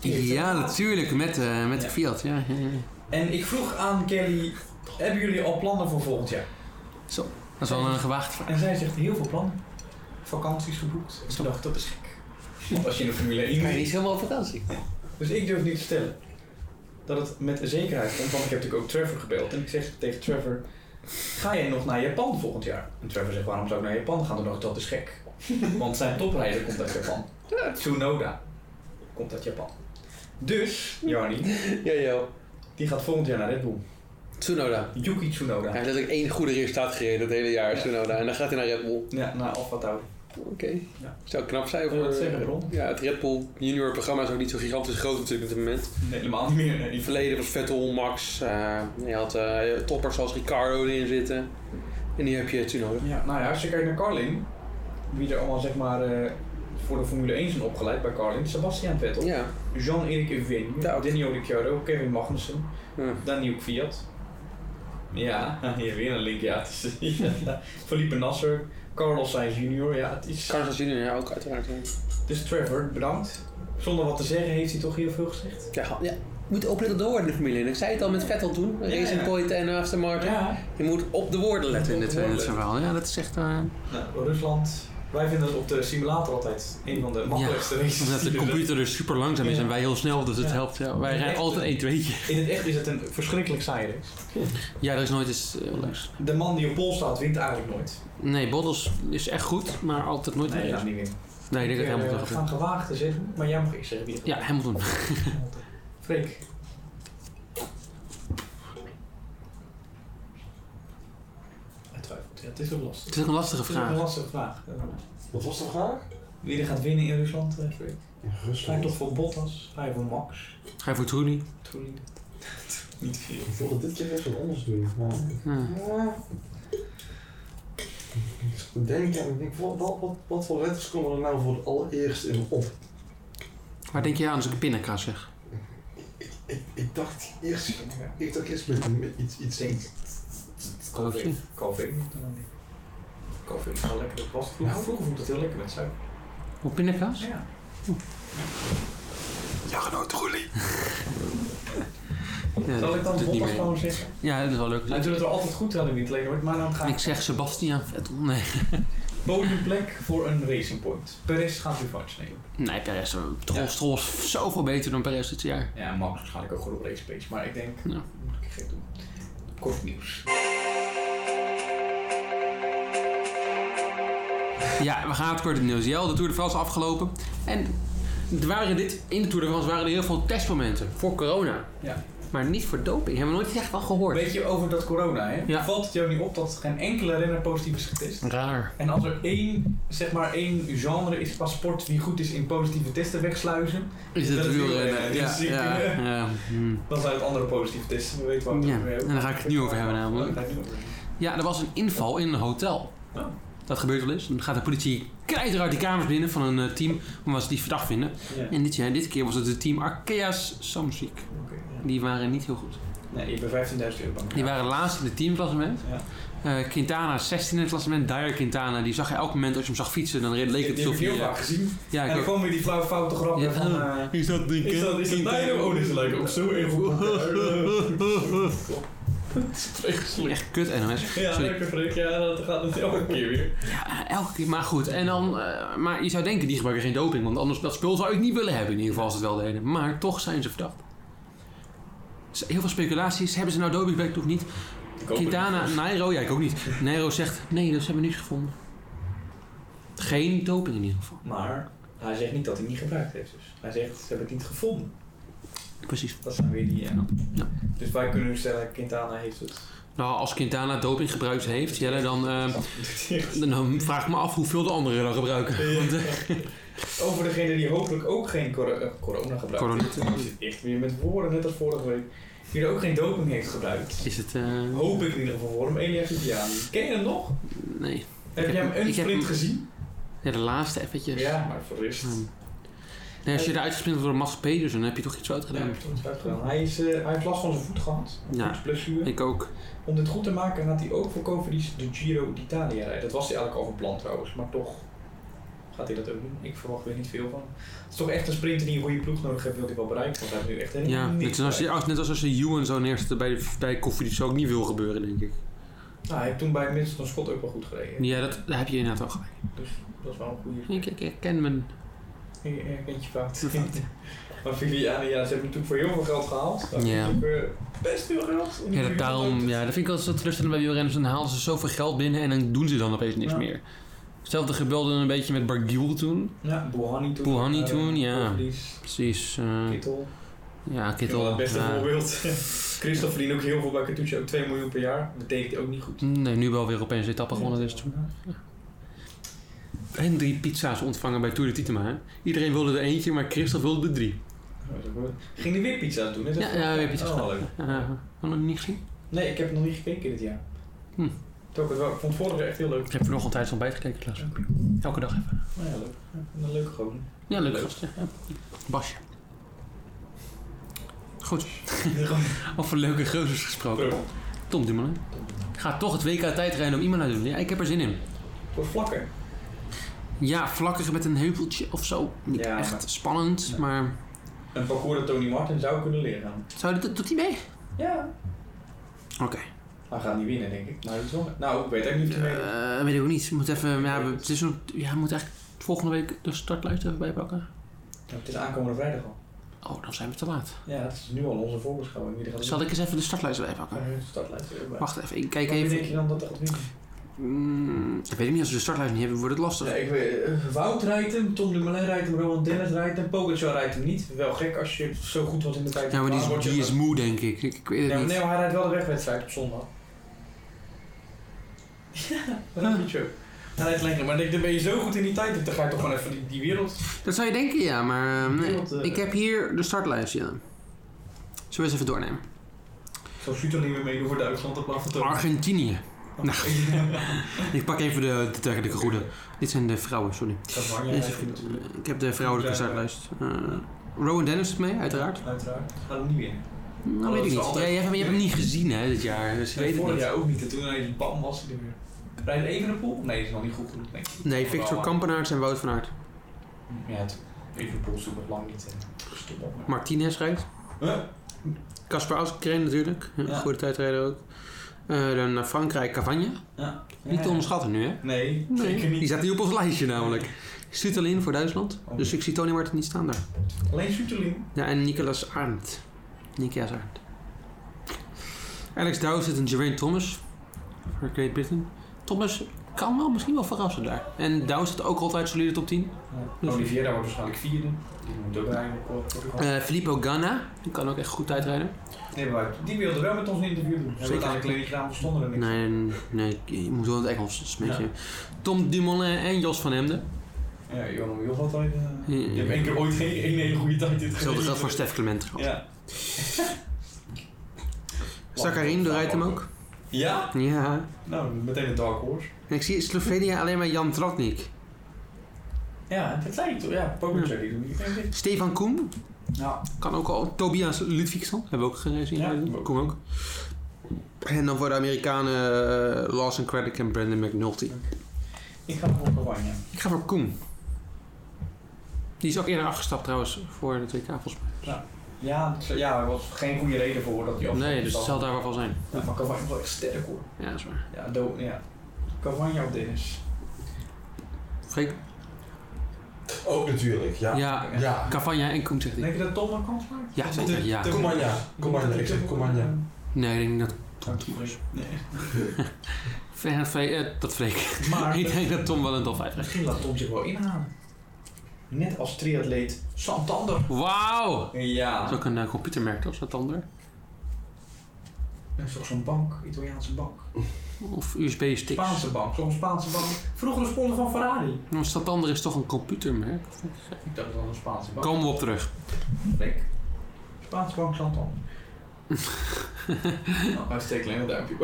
Speaker 2: die heeft
Speaker 3: Ja,
Speaker 2: een-
Speaker 3: natuurlijk. Met, eh, met de
Speaker 2: Ja.
Speaker 3: Fiat. Ja, ja, ja.
Speaker 2: En ik vroeg aan Kelly, hebben jullie al plannen voor volgend jaar?
Speaker 3: Dat is wel een gewaagd vraag.
Speaker 2: En zij zegt heel veel plannen. Vakanties geboekt. En toen dacht ik, dat is gek. Want als je in de Formule 1 rijdt.
Speaker 3: helemaal op vakantie.
Speaker 2: Dus ik durf niet te stellen dat het met zekerheid komt. Want ik heb natuurlijk ook Trevor gebeld. En ik zeg tegen Trevor, ga jij nog naar Japan volgend jaar? En Trevor zegt, waarom zou ik naar Japan gaan? Toen dacht ik, dat is gek. Want zijn toprijder komt uit Japan. Tsunoda komt uit Japan. Dus, Jarni,
Speaker 4: Jojo.
Speaker 2: die gaat volgend jaar naar Red Bull.
Speaker 4: Tsunoda.
Speaker 2: Yuki Tsunoda.
Speaker 4: Hij heeft letterlijk één goede resultaat gereden dat hele jaar,
Speaker 2: Ja.
Speaker 4: Tsunoda. En dan gaat hij naar Red Bull.
Speaker 2: Ja, naar Alfa Tauri.
Speaker 4: Oké.
Speaker 2: Ja.
Speaker 4: Zou knap zijn
Speaker 2: Ja,
Speaker 4: voor...
Speaker 2: dat zeggen we erom.
Speaker 4: ja, het Red Bull junior programma is ook niet zo gigantisch groot natuurlijk op dit moment.
Speaker 2: Nee, helemaal niet meer. Nee,
Speaker 4: In
Speaker 2: die
Speaker 4: het verleden was Vettel, Max. eh, je had eh, toppers zoals Ricardo erin zitten. En nu heb je Tsunoda.
Speaker 2: Ja, nou ja, als je kijkt naar Carlin, wie er allemaal zeg maar eh, voor de Formule 1 zijn opgeleid bij Carlin, Sebastian Vettel,
Speaker 4: Ja.
Speaker 2: Jean-Eric Evin,
Speaker 4: Ja.
Speaker 2: Daniel Ricciardo, Kevin Magnussen,
Speaker 4: Ja.
Speaker 2: Daniel Kvyat. Ja, [LAUGHS] hier weer een link, ja. het is- [LAUGHS] ja. Felipe Nasser, Carlos Sainz Jr., ja, het is...
Speaker 4: Carlos Junior ja, ook uiteraard. ja.
Speaker 2: Dus Trevor, bedankt. Zonder wat te zeggen heeft hij toch heel veel gezegd.
Speaker 4: Ja, ja. Je moet opletten op de woorden in de familie. En ik zei het al met Vettel toen.
Speaker 2: Ja,
Speaker 4: Racing
Speaker 2: ja.
Speaker 4: Point en Aston Martin.
Speaker 2: Ja,
Speaker 4: Je moet op de woorden letten.
Speaker 3: In dit, in dit verhaal. Ja, dat is echt... eh,
Speaker 2: nou, Rusland, wij vinden het op de simulator altijd een van de makkelijkste races.
Speaker 3: omdat [LAUGHS]
Speaker 2: die
Speaker 3: de
Speaker 2: er zijn.
Speaker 3: computer dus super langzaam is en wij heel snel, dus het
Speaker 2: Ja.
Speaker 3: helpt. Ja, wij rijden
Speaker 2: Echt,
Speaker 3: altijd
Speaker 2: eh,
Speaker 3: 1 tweetje.
Speaker 2: In het echt is het een verschrikkelijk saaie race.
Speaker 3: Ja, er is nooit iets eh, leuks.
Speaker 2: De man die op pol staat wint eigenlijk nooit.
Speaker 3: Nee, Bottles is echt goed, maar altijd nooit
Speaker 2: Nee,
Speaker 3: nee,
Speaker 2: dat is niet meer. Eh,
Speaker 3: Nee, ik denk dat
Speaker 2: We
Speaker 3: Hamilton gaat
Speaker 2: gaan
Speaker 3: winnen.
Speaker 2: gewaagd te zeggen, maar jij mag eerst zeggen wie het
Speaker 3: Ja, Hamilton. [LAUGHS]
Speaker 2: gaat. Freek. Hij twijfelt. Ja, het is ook lastig.
Speaker 3: Het is ook een lastige
Speaker 2: Het is ook een
Speaker 3: vraag.
Speaker 2: lastige vraag. Eh,
Speaker 5: Wat was de vraag?
Speaker 2: Wie er gaat winnen in Rusland, eh, Freek?
Speaker 5: In
Speaker 2: Ga je
Speaker 5: Rusland.
Speaker 2: toch voor Bottas? Ga je voor Max?
Speaker 3: Ga je voor Trudy?
Speaker 2: Toen [LAUGHS] niet veel.
Speaker 5: Ik wilde dit keer echt wat anders doen. Maar...
Speaker 3: Ja.
Speaker 5: Ja. Ik zat te denken en ik denk, wat, wat, wat, wat voor letters komen er nou voor het allereerst in me op?
Speaker 3: Waar denk je aan als ik een pindakaas zeg?
Speaker 5: Ik, ik dacht eerst, ik dacht eerst met, met iets, iets
Speaker 2: Zink.
Speaker 3: Koffie.
Speaker 2: Koffie. Koffie is wel lekker. Dat was vroeger. Vroeger vond ik het heel lekker met suiker.
Speaker 3: Op pindakaas?
Speaker 2: Ja.
Speaker 5: Ja, genoot, Roelie.
Speaker 3: Ja,
Speaker 2: Zal ik
Speaker 3: dat
Speaker 2: dan
Speaker 3: is niet
Speaker 2: Bottas
Speaker 3: meer.
Speaker 2: gewoon zeggen?
Speaker 3: Ja, dat is wel
Speaker 2: Hij
Speaker 3: leuk.
Speaker 2: doet het er altijd goed aan, niet alleen wordt, maar dan ga
Speaker 3: Ik
Speaker 2: ik
Speaker 3: zeg Sebastian Vettel. Nee.
Speaker 2: podiumplek voor een Racing Point. Perez gaat weer vast nemen.
Speaker 3: Nee, Perez. eh, Stroll
Speaker 2: Ja.
Speaker 3: Stroll is zoveel beter dan Perez dit jaar.
Speaker 2: Ja, Max waarschijnlijk ook goed op Race Pace, maar ik denk,
Speaker 3: Ja.
Speaker 2: moet ik gek doen. Kort nieuws.
Speaker 3: Ja, we gaan het kort in het nieuws. Jel, de Tour de France is afgelopen. En er waren dit, in de Tour de France waren er heel veel testmomenten voor corona.
Speaker 2: Ja.
Speaker 3: Maar niet voor doping. Hebben we nooit echt wel gehoord.
Speaker 2: Weet je over dat corona, hè?
Speaker 3: Ja.
Speaker 2: Valt het jou niet op dat geen enkele renner positief is getest?
Speaker 3: Raar.
Speaker 2: En als er één, zeg maar één genre is qua sport die goed is in positieve testen wegsluizen,
Speaker 3: Is het
Speaker 2: Dat is
Speaker 3: wielrennen?
Speaker 2: wielrennen.
Speaker 3: Ja,
Speaker 2: Dus ik,
Speaker 3: ja,
Speaker 2: eh,
Speaker 3: ja. hm.
Speaker 2: dan zijn het andere positieve testen. We weten waar we
Speaker 3: Ja,
Speaker 2: het over hebben.
Speaker 3: en daar ga ik het nu over hebben namelijk.
Speaker 2: Ja, daar gaan we het over
Speaker 3: Ja, er was een inval in een hotel.
Speaker 2: Oh.
Speaker 3: Dat gebeurt wel eens. Dan gaat de politie krijter uit die kamers binnen van een eh, team omdat ze die verdacht vinden.
Speaker 2: hebben. Ja.
Speaker 3: En dit, jaar, dit keer was het het team Arkeas Samsic.
Speaker 2: Oké, ja.
Speaker 3: Die waren niet heel goed.
Speaker 2: Nee, je bent 15.000 euro bank.
Speaker 3: Die waren laatst in het teamklassement.
Speaker 2: Ja.
Speaker 3: Eh, Quintana 16 in het klassement. Dyer Quintana, die zag je elk moment als je hem zag fietsen, dan reed- leek
Speaker 2: Ik
Speaker 3: het
Speaker 2: heb
Speaker 3: alsof
Speaker 2: ik heel
Speaker 3: hij, eh,
Speaker 2: vaak gezien.
Speaker 3: Ja,
Speaker 2: en
Speaker 3: ik
Speaker 2: dan
Speaker 3: ook.
Speaker 2: komen weer die flauwe fouten grappen
Speaker 3: Ja. oh.
Speaker 2: van... eh,
Speaker 3: Is dat een
Speaker 2: Is dat, is dat Nijlo? Oh, dit is leuk. Op zo even.
Speaker 3: Echt kut NOS.
Speaker 2: Ja,
Speaker 3: Sorry.
Speaker 2: lekker Freek. Ja, dat gaat het elke keer weer.
Speaker 3: Ja, elke keer. Maar goed. En dan, eh, maar je zou denken, die gebruiken geen doping. Want anders dat spul zou ik niet willen hebben in ieder geval als ze het wel deden. Maar toch zijn ze verdacht. Dus Heel veel speculaties. Hebben ze nou doping gebruikt of niet? Quintana, Nairo, ja ik ook
Speaker 2: [LAUGHS]
Speaker 3: niet. Nairo zegt, nee, dat hebben we niks gevonden. Geen doping in ieder geval.
Speaker 2: Maar hij zegt niet dat hij niet gebruikt heeft. Dus. Hij zegt, ze hebben het niet gevonden.
Speaker 3: Precies.
Speaker 2: Dat zijn weer die... eh,
Speaker 3: Ja.
Speaker 2: Dus wij kunnen nu stellen, Quintana heeft het.
Speaker 3: Nou, als Quintana doping gebruikt heeft, Jelle, dan, eh, [LAUGHS] dan vraag ik me af hoeveel de anderen dan gebruiken. Want, eh,
Speaker 2: Over degene die hopelijk ook geen cor- eh, corona gebruikt.
Speaker 3: Corona.
Speaker 2: Ik zit echt weer met woorden, net als vorige week. die er ook geen doping heeft gebruikt.
Speaker 3: Is het... eh,
Speaker 2: Hoop ik in ieder geval voor hem, Elia Viviani. Ken je hem nog?
Speaker 3: nee.
Speaker 2: Heb
Speaker 3: heb
Speaker 2: jij hem
Speaker 3: hem-
Speaker 2: een
Speaker 3: ik heb
Speaker 2: sprint
Speaker 3: hem-
Speaker 2: gezien?
Speaker 3: Ja, de laatste eventjes.
Speaker 2: Ja, maar voor de rest.
Speaker 3: Ehm, nee, als je eruit gespeeld wordt door Max Pedersen, dan heb je toch iets fout
Speaker 2: Ja, hij
Speaker 3: gedaan.
Speaker 2: heeft het goed uitgedaan. Hij, is, eh, hij heeft last van zijn voet gehad. Een
Speaker 3: Ja.
Speaker 2: voetsblessure.
Speaker 3: Ik ook.
Speaker 2: Om dit goed te maken had hij ook voor Covidis de Giro d'Italia rijden. Dat was hij eigenlijk al van plan trouwens, maar toch gaat hij dat ook doen. Ik verwacht weer niet veel van. hem. Het is toch echt een sprinter die een goede ploeg nodig heeft, wil hij wel bereiken. Want hij heeft nu echt helemaal
Speaker 3: Ja, net
Speaker 2: niks
Speaker 3: als,
Speaker 2: bereikt.
Speaker 3: als, net als als je Ewan zo neerzet bij, de- bij koffie, dat zou ook niet veel gebeuren, denk ik.
Speaker 2: Nou, hij heeft toen bij Middleton Scott ook wel goed gereden.
Speaker 3: Ja, dat, daar heb je inderdaad wel gelijk.
Speaker 2: Dat is wel een goede.
Speaker 3: Ik, ik herken mijn...
Speaker 2: Ik herkent je eh, fout. [LAUGHS] maar Viviani, ja, ze hebben natuurlijk voor heel veel geld gehaald. Dat
Speaker 3: Ja.
Speaker 2: is ook, eh, best veel geld.
Speaker 3: Ja, dat daarom, ja, dat vind ik altijd zo teleurstellend bij wielrenners. Dan halen ze zoveel geld binnen en dan doen ze dan opeens niks
Speaker 2: Ja.
Speaker 3: meer. Hetzelfde gebeurde een beetje met Bargiel toen.
Speaker 2: Ja, Bohani toen.
Speaker 3: Bouhanni
Speaker 2: Eh,
Speaker 3: toen, ja.
Speaker 2: Covidis,
Speaker 3: Precies. eh,
Speaker 2: Kittel.
Speaker 3: ja, Kittel.
Speaker 2: Wel het beste
Speaker 3: ja.
Speaker 2: voorbeeld. [LAUGHS] Christophe verdient ook heel veel bij Cartucci, ook 2 miljoen per jaar. Betekent ook niet goed.
Speaker 3: eh, Nee, nu wel weer opeens de etappe gewonnen is toen. En drie pizza's ontvangen bij Tour de Titema. hè. Iedereen wilde er eentje, maar Christophe wilde er drie.
Speaker 2: Ging die weer pizza doen? Net
Speaker 3: Ja,
Speaker 2: even-
Speaker 3: ja, weer pizza's
Speaker 2: Oh,
Speaker 3: gedaan.
Speaker 2: leuk.
Speaker 3: Eh, Had nog niet gezien?
Speaker 2: Nee, ik heb het nog niet gekeken dit jaar.
Speaker 3: Hm.
Speaker 2: Toch, het wel- ik vond het vorige jaar echt heel leuk.
Speaker 3: Ik heb vanochtend tijdens het ontbijt gekeken, Klaas. Elke dag even.
Speaker 2: Nou ja, leuk. Ja, Een leuke
Speaker 3: [LAUGHS]
Speaker 2: gewoon.
Speaker 3: Ja, leuk
Speaker 2: Leuk.
Speaker 3: gast. ja. Basje. Goed. Over leuke geuzes gesproken. Tom Dumoulin. Gaat toch het WK tijdrijden om iemand naar te doen. Ja, ik heb er zin in.
Speaker 2: Voor vlakker.
Speaker 3: Ja, vlakkig met een heuveltje of zo. Niet
Speaker 2: Ja,
Speaker 3: echt
Speaker 2: maar-
Speaker 3: spannend,
Speaker 2: Nee.
Speaker 3: maar...
Speaker 2: Een parcours dat Tony Martin zou kunnen leren.
Speaker 3: Zou dit, doet hij mee?
Speaker 2: Ja.
Speaker 3: Oké.
Speaker 2: Hij gaat niet winnen, denk ik. Maar hij is wel- Nou, ik weet eigenlijk niet of hij meedoet.
Speaker 3: Eh, weet ik ook niet. Moet even... Ja, we, het is nog, ja, we moeten eigenlijk volgende week de startlijst even bijpakken.
Speaker 2: Het is aankomende vrijdag al.
Speaker 3: Oh, dan zijn we te laat.
Speaker 2: Ja, het is nu al onze voorbeschouwing. Wie er gaat
Speaker 3: Zal ik eens even de startlijst
Speaker 2: Ja,
Speaker 3: bijpakken?
Speaker 2: eh, de startlijst er ook bij.
Speaker 3: Wacht even, ik kijk
Speaker 2: Maar wie denk
Speaker 3: even.
Speaker 2: je dan dat er gaat winnen?
Speaker 3: Mm, ik weet niet, als we de startlijst niet hebben, wordt het lastig.
Speaker 2: Ja, ik weet, eh, Wout rijdt hem, Tom Dumoulin rijdt hem, Roland Dennis rijdt hem, Pogacar rijdt hem niet. Wel gek als je zo goed was in de tijd.
Speaker 3: Ja, maar die
Speaker 2: Dan
Speaker 3: is,
Speaker 2: word Ah, je-
Speaker 3: die is moe, denk ik. Ik, ik weet het
Speaker 2: Ja, maar
Speaker 3: niet.
Speaker 2: nee, maar hij rijdt wel de wegwedstrijd op
Speaker 3: [LAUGHS]
Speaker 2: zondag. Ja, dat is niet zo. Hij rijdt lekker, maar ik denk, dan ben je zo goed in die tijd, dan ga je toch gewoon even die, die wereld...
Speaker 3: Dat zou je denken, ja, maar eh, nee.
Speaker 2: Wereld, eh,
Speaker 3: ik heb hier de startlijst, ja. Zullen we eens even doornemen?
Speaker 2: Zoals Suter niet meer meedoen voor Duitsland op plaats van Tom.
Speaker 3: Argentinië. nou.
Speaker 2: [LAUGHS]
Speaker 3: Ik pak even de, de dergelijke goede. Dit zijn de vrouwen, sorry.
Speaker 2: Cavagna
Speaker 3: Deze
Speaker 2: rijdt hem natuurlijk.
Speaker 3: Ik heb de vrouwelijke startlijst. Eh, Rowan Dennis is mee, uiteraard.
Speaker 2: Uiteraard. Gaat hem niet winnen.
Speaker 3: Nou,
Speaker 2: Oh, dat
Speaker 3: weet ik
Speaker 2: is
Speaker 3: niet.
Speaker 2: altijd-
Speaker 3: Ja, jij, hebt, jij hebt hem niet gezien, hè, dit jaar. Dus je
Speaker 2: Nee,
Speaker 3: weet het
Speaker 2: vorig
Speaker 3: niet.
Speaker 2: jaar ook niet. En toen hij die bam was, hij er weer. Rijdt even een pool? Nee, dat is nog niet goed genoeg, denk ik. eh,
Speaker 3: Nee, Victor Kampenaerts en Wout van Aert.
Speaker 2: Ja, het- even een pool zoeken we lang niet. hè. Stop op. maar-
Speaker 3: Martinez rijdt.
Speaker 2: Huh?
Speaker 3: Kasper Askreen natuurlijk. Ja,
Speaker 2: Ja.
Speaker 3: Goede tijdrijder ook. Eh, dan naar Frankrijk, Cavagna.
Speaker 2: Ja.
Speaker 3: Niet te onderschatten nu, hè?
Speaker 2: Nee, zeker
Speaker 3: Nee, die
Speaker 2: niet.
Speaker 3: staat hier op ons lijstje namelijk. Suterlin voor Duitsland.
Speaker 2: Oh.
Speaker 3: Dus ik zie Tony Martin niet staan daar.
Speaker 2: Alleen Suterlin.
Speaker 3: Ja, en Nicolas Arndt. Nicolas Arndt. Alex Dowsett en Geraint Thomas. Voor Great Britain. Thomas kan wel misschien wel verrassen daar. En Dowsett ook altijd solide top 10.
Speaker 2: Ja. Oliveira Oh, wordt waarschijnlijk vierde. Die moet ook rijden op op- op- op-
Speaker 3: Eh Filippo Ganna. Die kan ook echt goed tijdrijden.
Speaker 2: Nee, maar die wilde wel met ons een interview doen. Hebben we het
Speaker 3: Zeker.
Speaker 2: aan de kliniek gedaan, we stonden er niks.
Speaker 3: Nee, nee, je moet wel in het Engels. Dat is een beetje... Tom Dumoulin en Jos van Hemden.
Speaker 2: Ja, Johan Wiel had ooit... eh,
Speaker 3: Ja,
Speaker 2: Je hebt één keer ooit geen één hele goede tijd dit
Speaker 3: Hetzelfde
Speaker 2: gereden.
Speaker 3: geldt voor Stef Clement trouwens.
Speaker 2: Ja.
Speaker 3: [LAUGHS] Sakharin rijdt hem ook.
Speaker 2: Ja?
Speaker 3: Ja.
Speaker 2: Nou, meteen een dark horse.
Speaker 3: En ik zie in Slovenië alleen maar Jan Tratnik.
Speaker 2: Ja, dat lijkt toch. Ja, Pogacar die doet niet geen ding.
Speaker 3: Stefan Koen.
Speaker 2: Ja.
Speaker 3: Kan ook al. Tobias Ludvigson. Hebben we ook gezien.
Speaker 2: Ja,
Speaker 3: Ja,
Speaker 2: ook.
Speaker 3: Koen ook. En dan voor de Amerikanen eh, Lawson Craddock en Brandon McNulty.
Speaker 2: Ik ga voor Cavagna.
Speaker 3: Ik ga voor Koen. Die is ook eerder afgestapt trouwens voor de WK volgens mij.
Speaker 2: Ja, dat is- ja, er was geen goede reden voor dat hij af.
Speaker 3: Nee, dus het zal daar wel van zijn.
Speaker 2: Ja, maar Cavagna is wel echt sterk hoor.
Speaker 3: Ja, dat is waar.
Speaker 2: Ja, do, ja. Cavagna of Dennis?
Speaker 3: Freek?
Speaker 5: Ook natuurlijk, ja.
Speaker 3: Ja.
Speaker 5: Ja.
Speaker 3: Cavagna en Koen zegt hij.
Speaker 2: Denk je dat Tom een kans maakt?
Speaker 3: Ja, zeker, ja.
Speaker 5: Comagna. Comagna. Ik zeg Comagna.
Speaker 3: Nee, ik denk dat
Speaker 2: Nee.
Speaker 3: Fre- Fre- eh, dat Freek.
Speaker 2: Maar
Speaker 3: [LAUGHS] ik denk dat Tom wel een top 5 heeft.
Speaker 2: misschien laat Tom zich wel inhalen. Net als triatleet Santander.
Speaker 3: Wauw! Dat
Speaker 2: Ja.
Speaker 3: is ook een eh, computermerk, toch? Santander.
Speaker 2: Dat is toch zo'n bank, Italiaanse bank.
Speaker 3: Of USB-sticks.
Speaker 2: Spaanse bank, zo'n Spaanse bank. Vroeger de sponsor van Ferrari.
Speaker 3: Maar Santander is toch een computermerk?
Speaker 2: Ik dacht dat het een Spaanse bank
Speaker 3: Komen we op terug.
Speaker 2: [LAUGHS] Leuk. Spaanse bank Santander. Oh, hij steekt alleen dat duimpje.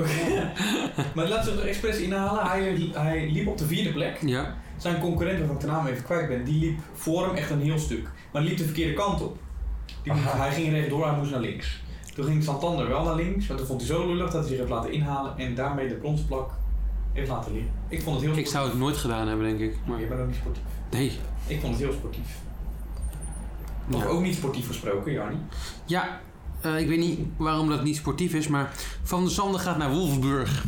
Speaker 2: maar laten we het expres inhalen. Hij, hij liep op de vierde plek.
Speaker 3: Ja.
Speaker 2: Zijn concurrent, waarvan ik de naam even kwijt ben, die liep voor hem echt een heel stuk. Maar die liep de verkeerde kant op. Die moest- hij ging rechtdoor, hij moest naar links. Toen ging Santander wel naar links, maar toen vond hij zo lullig dat hij zich heeft laten inhalen en daarmee de bronsplak heeft laten liggen. Ik vond het heel
Speaker 3: Ik
Speaker 2: sportief.
Speaker 3: zou het nooit gedaan hebben, denk ik.
Speaker 2: Maar
Speaker 3: Maar,
Speaker 2: je bent ook niet sportief.
Speaker 3: nee.
Speaker 2: Ik vond het heel sportief. Nog
Speaker 3: Ja.
Speaker 2: ook niet sportief gesproken, Jarnie.
Speaker 3: Ja, eh, ik weet niet waarom dat niet sportief is, maar Van der Zanden gaat naar Wolfsburg.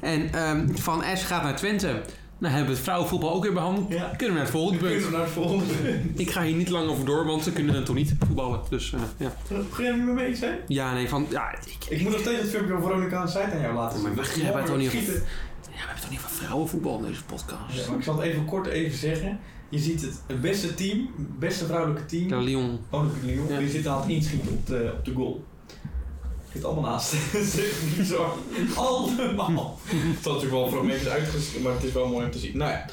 Speaker 3: En ehm, Van S gaat naar Twente. Nou hebben we het vrouwenvoetbal ook weer behandeld.
Speaker 2: Ja.
Speaker 3: Kunnen we naar het volgende
Speaker 2: Kunnen we
Speaker 3: punt.
Speaker 2: naar het volgende punt?
Speaker 3: Ik ga hier niet lang over door, want ze kunnen dan toch niet voetballen. Dus eh, ja.
Speaker 2: Kun je niet mee eens zijn?
Speaker 3: Ja, nee, van... Ja, ik,
Speaker 2: Ik moet nog steeds het filmpje van Veronica aan site aan jou laten
Speaker 3: Ja,
Speaker 2: zien.
Speaker 3: maar
Speaker 2: Dat
Speaker 3: we
Speaker 2: is
Speaker 3: hebben het toch niet
Speaker 2: schieten.
Speaker 3: ja, we hebben het toch niet van vrouwenvoetbal in deze podcast.
Speaker 2: Ja, maar ik zal het even kort even zeggen. Je ziet het, het beste team, het beste vrouwelijke team,
Speaker 3: Ja, Lyon.
Speaker 2: Olympique Lyon,
Speaker 3: Ja.
Speaker 2: die zitten aan het inschieten op de, op de goal. Zit allemaal naast. [LAUGHS] Dat is echt bizar. Allemaal. Het zal natuurlijk wel voor mensen uitgesproken, maar het is wel mooi om te zien. Nou ja.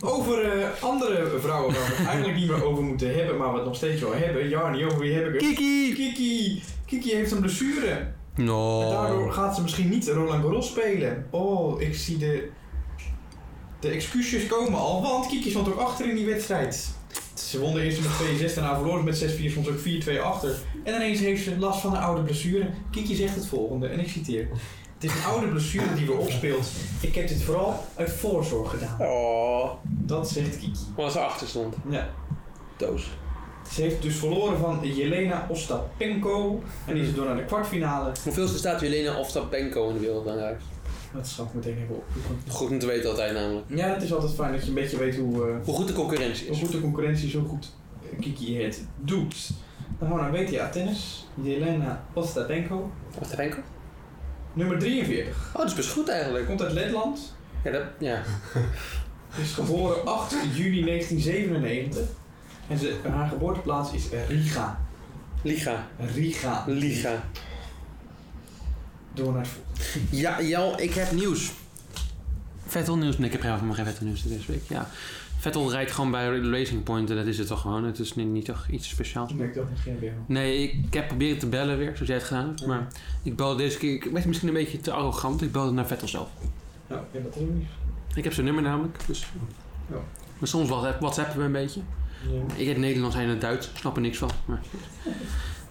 Speaker 2: Over eh, andere vrouwen waar we het eigenlijk niet meer over moeten hebben, maar we het nog steeds wel hebben. Jarnie, over wie heb ik het?
Speaker 3: Kiki!
Speaker 2: Kiki! Kiki heeft een blessure. En
Speaker 3: No.
Speaker 2: daardoor gaat ze misschien niet Roland Garros spelen. Oh, ik zie de, de excuses komen al. Want Kiki stond ook achter in die wedstrijd. Ze won de eerste met 2-6, daarna verloor ze met 6-4, stond ze ook 4-2 achter. En ineens heeft ze last van een oude blessure. Kiki zegt het volgende, en ik citeer. Het is een oude blessure die weer opspeelt. Ik heb dit vooral uit voorzorg gedaan.
Speaker 4: Oh,
Speaker 2: Dat zegt Kiki.
Speaker 4: was er achter stond.
Speaker 2: Ja.
Speaker 4: Doos.
Speaker 2: Ze heeft dus verloren van Jelena Ostapenko. En die is door naar de kwartfinale.
Speaker 4: Hoeveel staat Jelena Ostapenko in de wereldranglijst?
Speaker 2: Dat zal ik meteen even opzoeken.
Speaker 4: Goed om te weten altijd namelijk.
Speaker 2: Ja, het is altijd fijn dat je een beetje weet hoe, eh,
Speaker 4: Hoe goed de concurrentie
Speaker 2: hoe
Speaker 4: is.
Speaker 2: goed de concurrentie zo goed eh, Kiki het doet. Dan gaan we naar WTA Tennis. Jelena Ostapenko.
Speaker 4: Ostapenko?
Speaker 2: Nummer 43.
Speaker 4: Oh, dat is best goed eigenlijk.
Speaker 2: Komt uit Letland.
Speaker 4: Ja, dat, ja.
Speaker 2: Is geboren 8 juni 1997. En ze, haar geboorteplaats is Riga.
Speaker 4: Liga.
Speaker 2: Riga.
Speaker 4: Liga.
Speaker 2: Door naar het volgende.
Speaker 3: Ja, Jel, ik heb nieuws. Vettel nieuws. Nee, ik heb helemaal van mijn geen Vettel nieuws deze week. Ja. Vettel rijdt gewoon bij Racing Point en dat is het toch gewoon. Het is niet, niet toch iets speciaals.
Speaker 2: Ik merk dat misschien weer.
Speaker 3: Nee, ik heb proberen te bellen weer, zoals jij het gedaan hebt.
Speaker 2: Ja.
Speaker 3: Maar ik belde deze keer, ik werd misschien een beetje te arrogant. Ik belde naar Vettel zelf.
Speaker 2: Nou, ja, dat is ook niet.
Speaker 3: Ik heb zijn nummer namelijk, dus...
Speaker 2: Ja.
Speaker 3: Maar soms wat- whatsappen we een beetje.
Speaker 2: Ja.
Speaker 3: Ik heb Nederlands en het Duits, snap er niks van. Maar...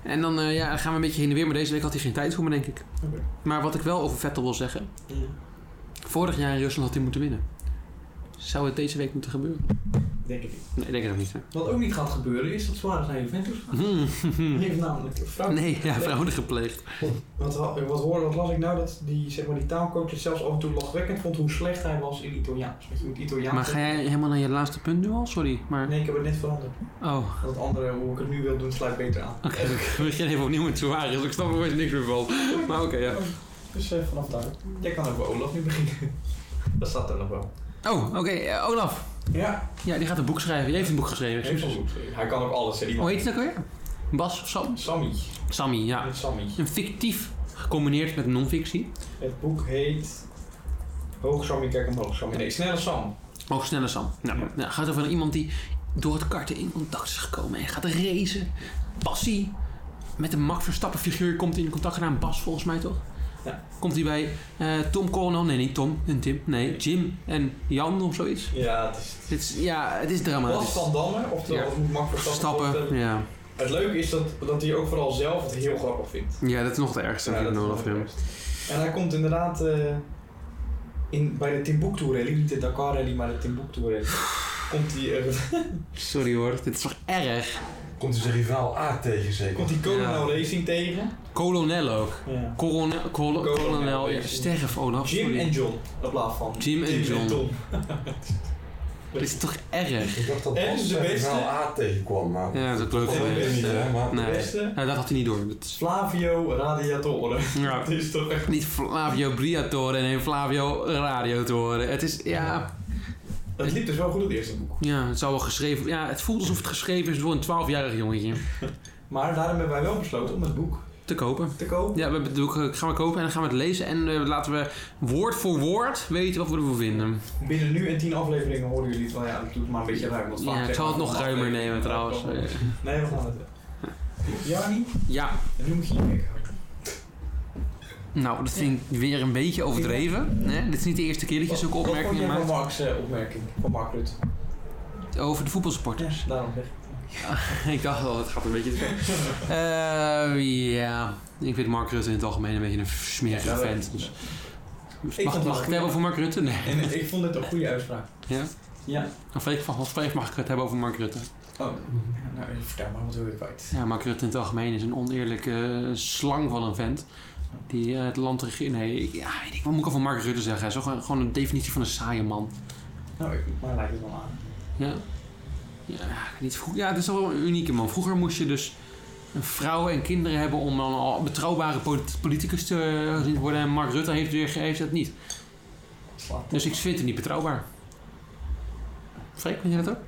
Speaker 3: En dan eh, ja, gaan we een beetje heen en weer, maar deze week had hij geen tijd voor me, denk ik.
Speaker 2: Oké.
Speaker 3: Maar wat ik wel over Vettel wil zeggen...
Speaker 2: Ja.
Speaker 3: Vorig jaar in Rusland had hij moeten winnen. Zou het deze week moeten gebeuren?
Speaker 2: Denk ik niet.
Speaker 3: Nee, ik denk het nog
Speaker 2: [LAUGHS]
Speaker 3: niet. hè.
Speaker 2: Wat ook niet gaat gebeuren is dat Suarez naar Juventus gaat. Die heeft namelijk een vrouw.
Speaker 3: Hm. nee, ja, fraude gepleegd.
Speaker 2: Wat, wat hoorde, wat las ik nou? Dat die, zeg maar, die taalcoach het zelfs af en toe lachwekkend vond hoe slecht hij was in Italiaans. Want je moet Italiaans...
Speaker 3: Maar ga jij helemaal naar je laatste punt nu al? Sorry, maar...
Speaker 2: Nee, ik heb het net veranderd.
Speaker 3: Oh,
Speaker 2: Dat andere, hoe ik het nu wil doen, sluit beter aan.
Speaker 3: oké. [LAUGHS] We beginnen even opnieuw met Suarez. Ik snap er opeens niks meer van. Maar oké, ja.
Speaker 2: Dus eh, vanaf daar. Jij kan over Olaf nu beginnen. [LAUGHS] dat staat er nog wel.
Speaker 3: Oh, oké. eh, Olaf.
Speaker 2: Ja,
Speaker 3: Ja, die gaat een boek schrijven. Die heeft een boek geschreven.
Speaker 2: heeft
Speaker 3: excuses.
Speaker 2: wel goed. Hij kan ook alles, hè, die man.
Speaker 3: Hoe heet het ook weer? Bas of Sam?
Speaker 2: Sammy.
Speaker 3: Sammy, ja.
Speaker 2: Met Sammy.
Speaker 3: Een fictief gecombineerd met non-fictie.
Speaker 2: Het boek heet... Hoog Sammy, kijk omhoog Sammy. Nee, snelle Sam.
Speaker 3: Hoog snelle Sam. Nou,
Speaker 2: Ja.
Speaker 3: nou, gaat over iemand die door het karten in contact is gekomen en gaat racen. Passie. Met een Max Verstappen figuur komt hij in contact gedaan. Bas volgens mij toch?
Speaker 2: Ja.
Speaker 3: Komt hij bij eh, Tom Coronel? Nee, niet Tom en Tim. Nee, Jim en Jan of zoiets.
Speaker 2: Ja, het is...
Speaker 3: Het is, ja, het is
Speaker 2: Bas
Speaker 3: dramatisch.
Speaker 2: van Damme, oftewel
Speaker 3: Ja.
Speaker 2: of moet Max Verstappen worden.
Speaker 3: Stappen, ja.
Speaker 2: Het leuke is dat, dat hij ook vooral zelf het heel grappig vindt.
Speaker 3: Ja, dat is nog het ergste
Speaker 2: Ja,
Speaker 3: natuurlijk
Speaker 2: dat
Speaker 3: in
Speaker 2: is
Speaker 3: Olaf
Speaker 2: wel
Speaker 3: Film.
Speaker 2: best. En hij komt inderdaad eh, in, bij de Timbuktu Rally, niet de Dakar Rally, maar de Timbuktu
Speaker 3: [SIGHS]
Speaker 2: Rally. komt die, eh,
Speaker 3: Sorry hoor, dit is toch erg.
Speaker 5: Komt hij zijn rivaal A tegen zeker?
Speaker 2: komt die Colonel
Speaker 3: Ja.
Speaker 2: Racing tegen.
Speaker 3: Colonel ook.
Speaker 2: Ja.
Speaker 3: Coronel, colo-
Speaker 2: Coronel,
Speaker 3: colonel, ja,
Speaker 2: ja.
Speaker 3: sterf Olaf.
Speaker 2: Jim
Speaker 3: sorry.
Speaker 2: en John, in plaats van.
Speaker 3: Jim en John.
Speaker 2: Tom.
Speaker 3: Dit is toch erg.
Speaker 5: Ik dacht dat
Speaker 2: En
Speaker 5: Bas
Speaker 2: de
Speaker 5: zijn
Speaker 2: beste-
Speaker 5: rivaal A tegenkwam, maar...
Speaker 3: Ja, dat is leuk
Speaker 5: dat
Speaker 2: de
Speaker 5: weet ik
Speaker 3: geweest.
Speaker 5: niet, hè, maar...
Speaker 2: De
Speaker 3: Nee.
Speaker 2: beste,
Speaker 3: Nou, dat had hij niet door. Dat is-
Speaker 2: Flavio Radiatore. [LAUGHS]
Speaker 3: ja.
Speaker 2: Dat is toch echt...
Speaker 3: Niet Flavio Briatore en een Flavio Radiotoren. Het is, ja,
Speaker 2: Het liep dus wel goed het eerste boek.
Speaker 3: ja, het zou wel geschreven... Ja, het voelt alsof het geschreven is door een 12-jarig jongetje.
Speaker 2: Maar daarom hebben wij wel besloten om het boek
Speaker 3: Te kopen.
Speaker 2: te kopen.
Speaker 3: Ja, we hebben het boek, eh, gaan we kopen en dan gaan we het lezen. En eh, laten we woord voor woord weten wat we ervan vinden.
Speaker 2: Binnen nu en tien afleveringen horen jullie het wel. Ja, ik doe het maar een beetje ruim. want vaak
Speaker 3: Ja, ik
Speaker 2: zeggen
Speaker 3: zal het
Speaker 2: we
Speaker 3: nog
Speaker 2: van
Speaker 3: ruimer
Speaker 2: afleveringen
Speaker 3: nemen trouwens. Eh,
Speaker 2: uitkomen. Nee, we gaan het. Jani,
Speaker 3: Ja,
Speaker 2: nu moet je je bek houden.
Speaker 3: ja, Nou, dat vind ik weer een beetje overdreven. Hè? Dit is niet de eerste keer dat je zulke opmerkingen
Speaker 2: Wat vond
Speaker 3: maakt
Speaker 2: jij van Marks eh, opmerking? Van Mark Rutte.
Speaker 3: over de voetbalsupporters.
Speaker 2: Daarom zeg ik.
Speaker 3: [LAUGHS] ik dacht al, het gaat een beetje te ver. Eh, ja, ik vind Mark Rutte in het algemeen een beetje een smerige
Speaker 2: Ja, dat-
Speaker 3: vent. Dus.
Speaker 2: vond
Speaker 3: Mag,
Speaker 2: het
Speaker 3: mag ik het
Speaker 2: goed.
Speaker 3: hebben over Mark Rutte? Nee.
Speaker 2: En eh, ik vond dit een goede uitspraak.
Speaker 3: Ja?
Speaker 2: Ja.
Speaker 3: Of ik van Halspreef mag ik het hebben over Mark Rutte?
Speaker 2: Oh, nou, vertel maar, wat wil je kwijt?
Speaker 3: Ja, Mark Rutte in het algemeen is een oneerlijke eh, slang van een vent. Die eh, het land regeert. Nee, ik- ja, weet ik, wat moet ik al van Mark Rutte zeggen? Hij is toch gewoon, gewoon een definitie van een saaie man.
Speaker 2: Nou, ik, maar lijkt het wel aan.
Speaker 3: Ja. Ja, niet vroeg, ja, het is toch wel een unieke man. Vroeger moest je dus een vrouw en kinderen hebben om dan al betrouwbare polit- politicus te eh, gezien te worden. En Mark Rutte heeft, weer, heeft dat niet.
Speaker 2: Slaat
Speaker 3: Dus ik vind hem niet betrouwbaar. Freek, vind je dat ook?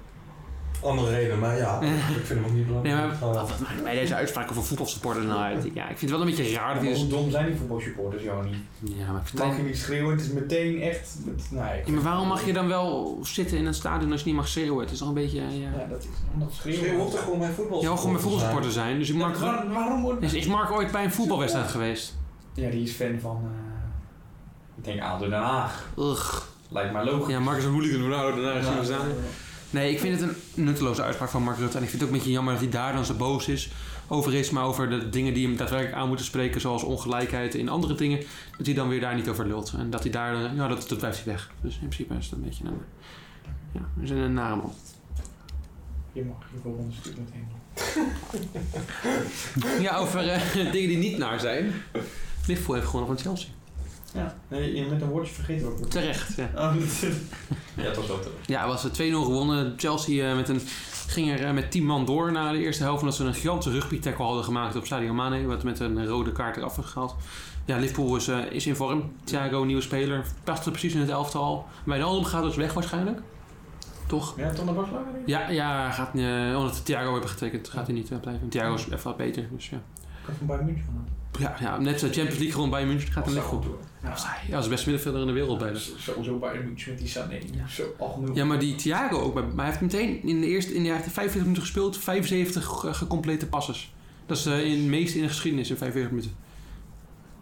Speaker 5: Andere reden, maar ja, ik vind hem ook niet
Speaker 3: Nee,
Speaker 5: belangrijk.
Speaker 2: Oh.
Speaker 3: maar Oh,
Speaker 5: Maar,
Speaker 3: wat maakt mij deze uitspraken van voetbalsupporters nou uit? Ja, ik vind het wel een beetje raar dat
Speaker 2: Maar
Speaker 3: hij dus...
Speaker 2: hoe dom zijn die voetbalsupporters, Joni?
Speaker 3: Ja, maar
Speaker 2: Mag
Speaker 3: partij-
Speaker 2: je niet schreeuwen, het is meteen echt... Het, nou, ik-
Speaker 3: Ja, maar waarom mag je dan wel zitten in een stadion als je niet mag schreeuwen? Het is toch een beetje... eh, Ja,
Speaker 2: Ja, dat is omdat
Speaker 5: Misschien
Speaker 2: schreeuwen...
Speaker 5: hoeft er gewoon mijn voetbal.
Speaker 3: je mag gewoon bij voetbalsupporter zijn. Dus ik
Speaker 2: Ja,
Speaker 3: Mark,
Speaker 2: waar- waarom wordt...
Speaker 3: is, is Mark ooit bij een voetbalwedstrijd geweest?
Speaker 2: Ja, die is fan van... eh, ik denk Aalder Den Haag.
Speaker 3: Ugh.
Speaker 2: Lijkt mij logisch.
Speaker 3: Ja, Mark is een hooligan. Nou, daarna
Speaker 2: Ja.
Speaker 3: we staan. Nee, ik vind het een nutteloze uitspraak van Mark Rutte. En ik vind het ook een beetje jammer dat hij daar dan zo boos is over is. Maar over de dingen die hem daadwerkelijk aan moeten spreken, zoals ongelijkheid en andere dingen. Dat hij dan weer daar niet over lult. En dat hij daar, eh, ja, dat, dat blijft hij weg. Dus in principe is dat een beetje een... Ja, we zijn een nare man.
Speaker 2: Je mag je volgende stuk meteen doen.
Speaker 3: Ja, over eh, [LAUGHS] dingen die niet naar zijn. Liverpool heeft gewonnen van Chelsea.
Speaker 2: Ja, nee, je met een woordje vergeten wat ik moet
Speaker 3: Terecht, ja.
Speaker 2: Oh, dat-
Speaker 5: dus-
Speaker 2: ja, dat was wel terecht.
Speaker 3: Ja, was het 2-0 gewonnen. Chelsea eh, met een, ging er eh, met 10 man door na de eerste helft. Omdat ze een gigantische rugby tackle hadden gemaakt op Sadio Mane. Wat met een eh, rode kaart eraf werd gehaald. Ja, Liverpool is, eh, is in vorm. Thiago, nieuwe speler. Paste precies in het elftal. Wijnaldum gaat dus weg waarschijnlijk. Toch?
Speaker 2: Ja, Tom de Barcelona? denk ik?
Speaker 3: Ja, ja gaat, eh, omdat we Thiago hebben getekend gaat hij niet eh, blijven. Thiago is even wat beter. Dus ja.
Speaker 2: Ik had van Bayern München vandaan.
Speaker 3: Ja, ja, net de Champions League gewoon bij München gaat naar
Speaker 2: Dat zou
Speaker 3: Liverpool.
Speaker 2: goed hoor.
Speaker 3: Ja, dat is de beste middenvelder in de wereld bij dus.
Speaker 2: Sowieso Bayern München met die Sané.
Speaker 3: Ja.
Speaker 2: Zo, al genoeg.
Speaker 3: Ja, maar die Thiago ook. bij- Maar hij heeft meteen in de eerste in de eerste 45 minuten gespeeld, 75 eh, gecomplete passes. Dat is eh, in het meest in de geschiedenis in 45 minuten.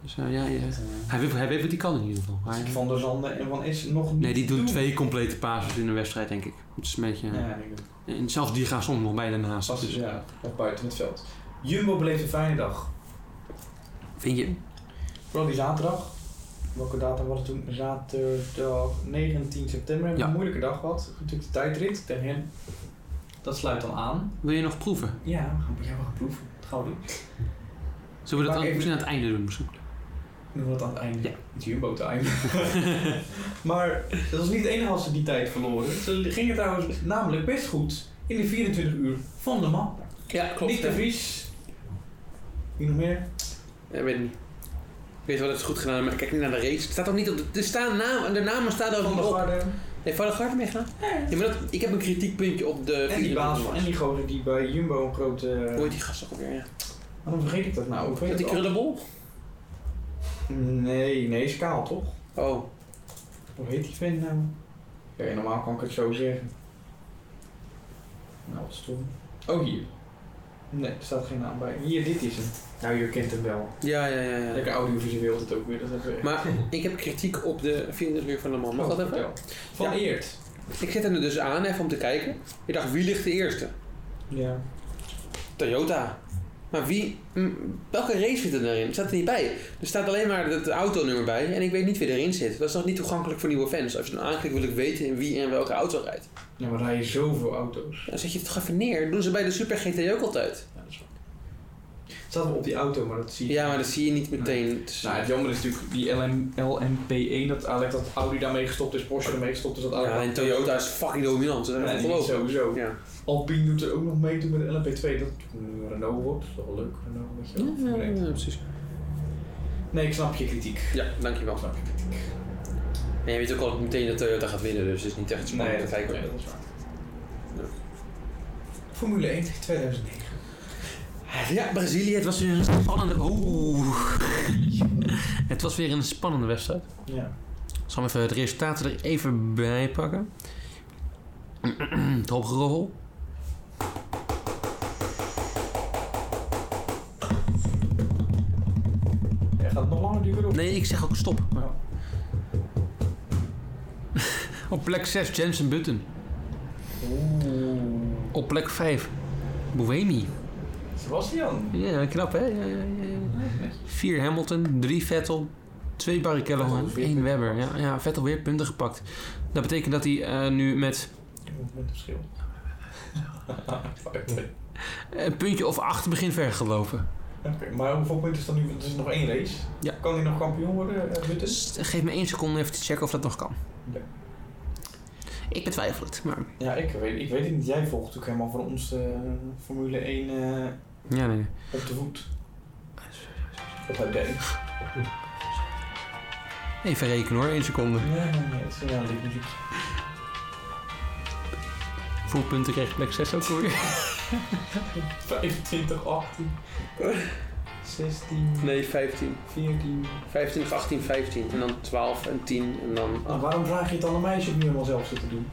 Speaker 3: Dus eh, ja, ja. Hij, weet, hij weet wat hij kan in ieder geval. Hij-
Speaker 2: Van der Zanden en Van Is nog niet
Speaker 3: nee, die
Speaker 2: te
Speaker 3: doen
Speaker 2: doen.
Speaker 3: twee complete passes in een wedstrijd, denk ik. Het is een beetje... eh,
Speaker 2: Ja, ik denk dat
Speaker 3: En zelfs die gaan soms nog bijna naast.
Speaker 2: Sas is
Speaker 3: Dus,
Speaker 2: ja, nog buiten het veld. Jumbo beleeft een fijne dag.
Speaker 3: Vind je?
Speaker 2: Vooral die zaterdag. Welke datum was het toen? Zaterdag 19 september. Hebben we
Speaker 3: Ja.
Speaker 2: een moeilijke dag gehad. Natuurlijk de tijdrit tegen hen. Dat sluit dan aan.
Speaker 3: Wil je nog proeven?
Speaker 2: Ja, we gaan, ja, we gaan proeven. Dat gaan we doen.
Speaker 3: Zullen we
Speaker 2: Maak
Speaker 3: dat dan
Speaker 2: even-
Speaker 3: misschien aan het einde doen? Misschien?
Speaker 2: Doen we dat aan het einde.
Speaker 3: Ja.
Speaker 2: Het jumbo
Speaker 3: [LAUGHS]
Speaker 2: time. [LAUGHS] maar dat was niet het enige als ze die tijd verloren. Ze gingen trouwens namelijk best goed in de 24 uur van de man.
Speaker 4: Ja,
Speaker 2: Nick de Vries. Wie nog meer?
Speaker 4: Ik weet het niet. Ik weet wel dat ze het goed gedaan hebben, maar ik kijk niet naar de race. Het staat ook niet op de, er staan naam, de namen staan er ook
Speaker 2: Van
Speaker 4: niet
Speaker 2: der
Speaker 4: op.
Speaker 2: Garde.
Speaker 4: Heeft Van der Garde meegedaan? Ja, maar dat, ik heb een kritiekpuntje op de
Speaker 2: En die
Speaker 4: video
Speaker 2: baas
Speaker 4: van
Speaker 2: van
Speaker 4: Mars.
Speaker 2: en die eh, gozer die bij Jumbo een grote...
Speaker 4: Hoe heet die gast ook alweer? Ja.
Speaker 2: Waarom vergeet ik dat nou? Ik weet
Speaker 4: Met die
Speaker 2: het al.
Speaker 4: krullenbol?
Speaker 2: Nee, nee, is kaal toch?
Speaker 4: Oh,
Speaker 2: Hoe heet die vent nou? Ja, normaal kan ik het zo zeggen. Nou, wat stom. Oh, hier. Nee, er staat geen naam bij. Hier, dit is hem. Nou, je kent hem wel.
Speaker 4: ja, ja, ja. ja.
Speaker 2: Lekker audiovisueel het ook weer, dat hebben we.
Speaker 4: Maar ik heb kritiek op de 24 uur van de man.
Speaker 2: Oh,
Speaker 4: Mag dat even?
Speaker 2: Van
Speaker 4: Ja.
Speaker 2: Eert.
Speaker 4: Ik zet hem er dus aan even om te kijken. Ik dacht, wie ligt de eerste?
Speaker 2: Ja.
Speaker 4: Toyota. Maar wie, mm, welke race zit er daarin? Het staat er niet bij. Er staat alleen maar het autonummer bij en ik weet niet wie erin zit. Dat is nog niet toegankelijk voor nieuwe fans. Als je dan aanklikt wil ik weten in wie en welke auto rijdt.
Speaker 2: Ja, maar rijden zoveel auto's.
Speaker 4: Dan zet je het toch even neer. Dat doen ze bij de Super GT ook altijd.
Speaker 2: Ja, dat is wel. Het staat wel op die auto, maar dat zie je.
Speaker 4: Ja, maar dat zie je niet meteen. Het is-
Speaker 2: Nou, het jammer is natuurlijk die LM, LMP1, E, dat, eigenlijk dat Audi daarmee gestopt is, Porsche ermee gestopt is, dat Audi...
Speaker 4: Ja, en Oh, Toyota is fucking dominant. Dat is
Speaker 2: Nee,
Speaker 4: echt
Speaker 2: die
Speaker 4: ongelooflijk.
Speaker 2: sowieso.
Speaker 4: Ja.
Speaker 2: Alpine doet er ook nog mee toen met de LMP2. Dat nu Renault wordt. Dat is wel leuk. Renault, weet je wel.
Speaker 4: Ja, ja, ja, precies.
Speaker 2: Nee, ik snap je kritiek.
Speaker 4: Ja, dankjewel.
Speaker 2: Ik snap je kritiek.
Speaker 4: En je weet ook al meteen dat Toyota gaat winnen, dus het is niet echt spannend te kijken.
Speaker 2: nee, dat is waar. Formule 1 2009.
Speaker 3: Ja, Brazilië, het was weer een spannende... Oeh. [LAUGHS] het was weer een spannende wedstrijd.
Speaker 2: Ja.
Speaker 3: Ik zal even de resultaten er even bij pakken. [CLEARS THROAT] Het hoopgeroffel.
Speaker 2: Ja, gaat nog langer duren
Speaker 6: Nee, ik zeg ook stop. maar-
Speaker 2: Oh.
Speaker 6: [LAUGHS] Op plek 6 Jensen Button.
Speaker 2: Oh.
Speaker 6: Op plek 5 Buemi.
Speaker 2: Sebastian.
Speaker 6: Ja, knap hè? Ja, ja, ja, ja. 4 Hamilton, 3 Vettel, 2 Barrichello
Speaker 2: Vettel
Speaker 6: en
Speaker 2: weer
Speaker 6: 1 Webber. Ja, ja, Vettel weer punten gepakt. Dat betekent dat hij eh, nu met
Speaker 2: Met het verschil. [LAUGHS] Oké,
Speaker 6: een puntje of 8 begint ver gelopen.
Speaker 2: maar hoeveel punten is dan nu? Het is nog één race.
Speaker 6: Ja.
Speaker 2: Kan hij nog kampioen worden, eh, Button?
Speaker 6: Dus geef me 1 seconde even te checken of dat nog kan.
Speaker 2: Ja.
Speaker 6: Ik betwijfel het, maar...
Speaker 2: Ja, ik weet, ik weet het niet. Jij volgt natuurlijk helemaal voor ons eh, Formule 1 eh,
Speaker 6: Ja, nee.
Speaker 2: op de voet. Dat heb jij.
Speaker 6: Even rekenen hoor, 1 seconde.
Speaker 2: Nee, nee, nee. Het is ja, dit muziek.
Speaker 6: Hoeveel punten kreeg plek 6 ook alweer?
Speaker 2: 25, 18, 16,
Speaker 3: [LAUGHS] Nee, 15.
Speaker 2: 14.
Speaker 3: 25, 18, 15. En dan 12 en 10 en dan... Oh.
Speaker 2: Nou, waarom vraag je het dan aan mij als je het nu helemaal zelf zit te doen?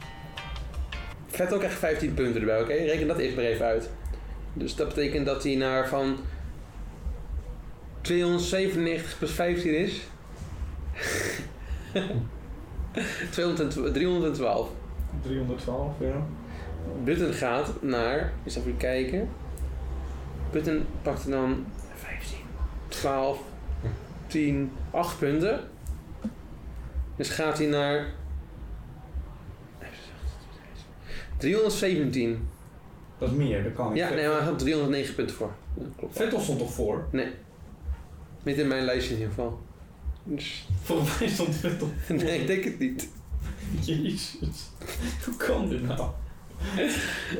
Speaker 3: Vettel krijgt 15 punten erbij, oké? Reken dat eerst maar even uit. Dus dat betekent dat hij naar van 297 plus 15 is. [LAUGHS] 212 312.
Speaker 2: 312, ja.
Speaker 3: Button gaat naar, eens even kijken. Button pakt er dan 15, 12, 10, 8 punten. Dus gaat hij naar 317.
Speaker 2: Dat is meer, dat kan ik.
Speaker 3: Ja, nee, maar hij had 309 punten voor. Ja, klopt.
Speaker 2: Vettel stond toch voor?
Speaker 3: Niet in mijn lijstje in ieder geval. Dus,
Speaker 2: Volgens mij stond Vettel voor.
Speaker 3: [LAUGHS] nee, ik denk het niet.
Speaker 2: Jezus. Hoe kan dit nou?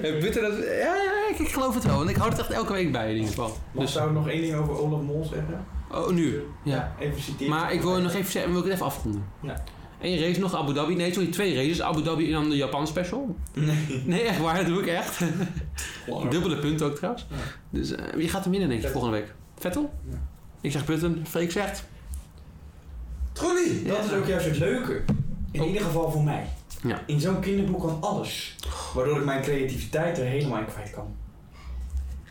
Speaker 3: En Button dat...
Speaker 6: Ja, ja, ik, ik geloof het wel. Want ik hou het echt elke week bij in ieder geval.
Speaker 2: Mag
Speaker 6: Dus,
Speaker 2: zou ik nog één ding over Olaf Mol zeggen?
Speaker 6: oh, nu. Ja.
Speaker 2: Even citeren.
Speaker 6: Maar ik wil nog even zeggen, wil ik het even afronden.
Speaker 2: Ja.
Speaker 6: Eén race nog, Abu Dhabi. Nee, sorry, twee races. Abu Dhabi en dan de Japan special.
Speaker 2: Nee.
Speaker 6: Nee, echt waar, dat doe ik echt.
Speaker 2: Langer.
Speaker 6: Dubbele punten ook trouwens.
Speaker 2: Ja.
Speaker 6: Dus eh, wie gaat er winnen, denk je, volgende week? Vettel?
Speaker 2: Ja.
Speaker 6: Ik zeg Button, Freek zegt.
Speaker 2: Trulli! Dat is ook juist het leuke. In
Speaker 6: Oh.
Speaker 2: ieder geval voor mij.
Speaker 6: Ja.
Speaker 2: In zo'n kinderboek kan alles. Waardoor ik mijn creativiteit er helemaal in kwijt kan.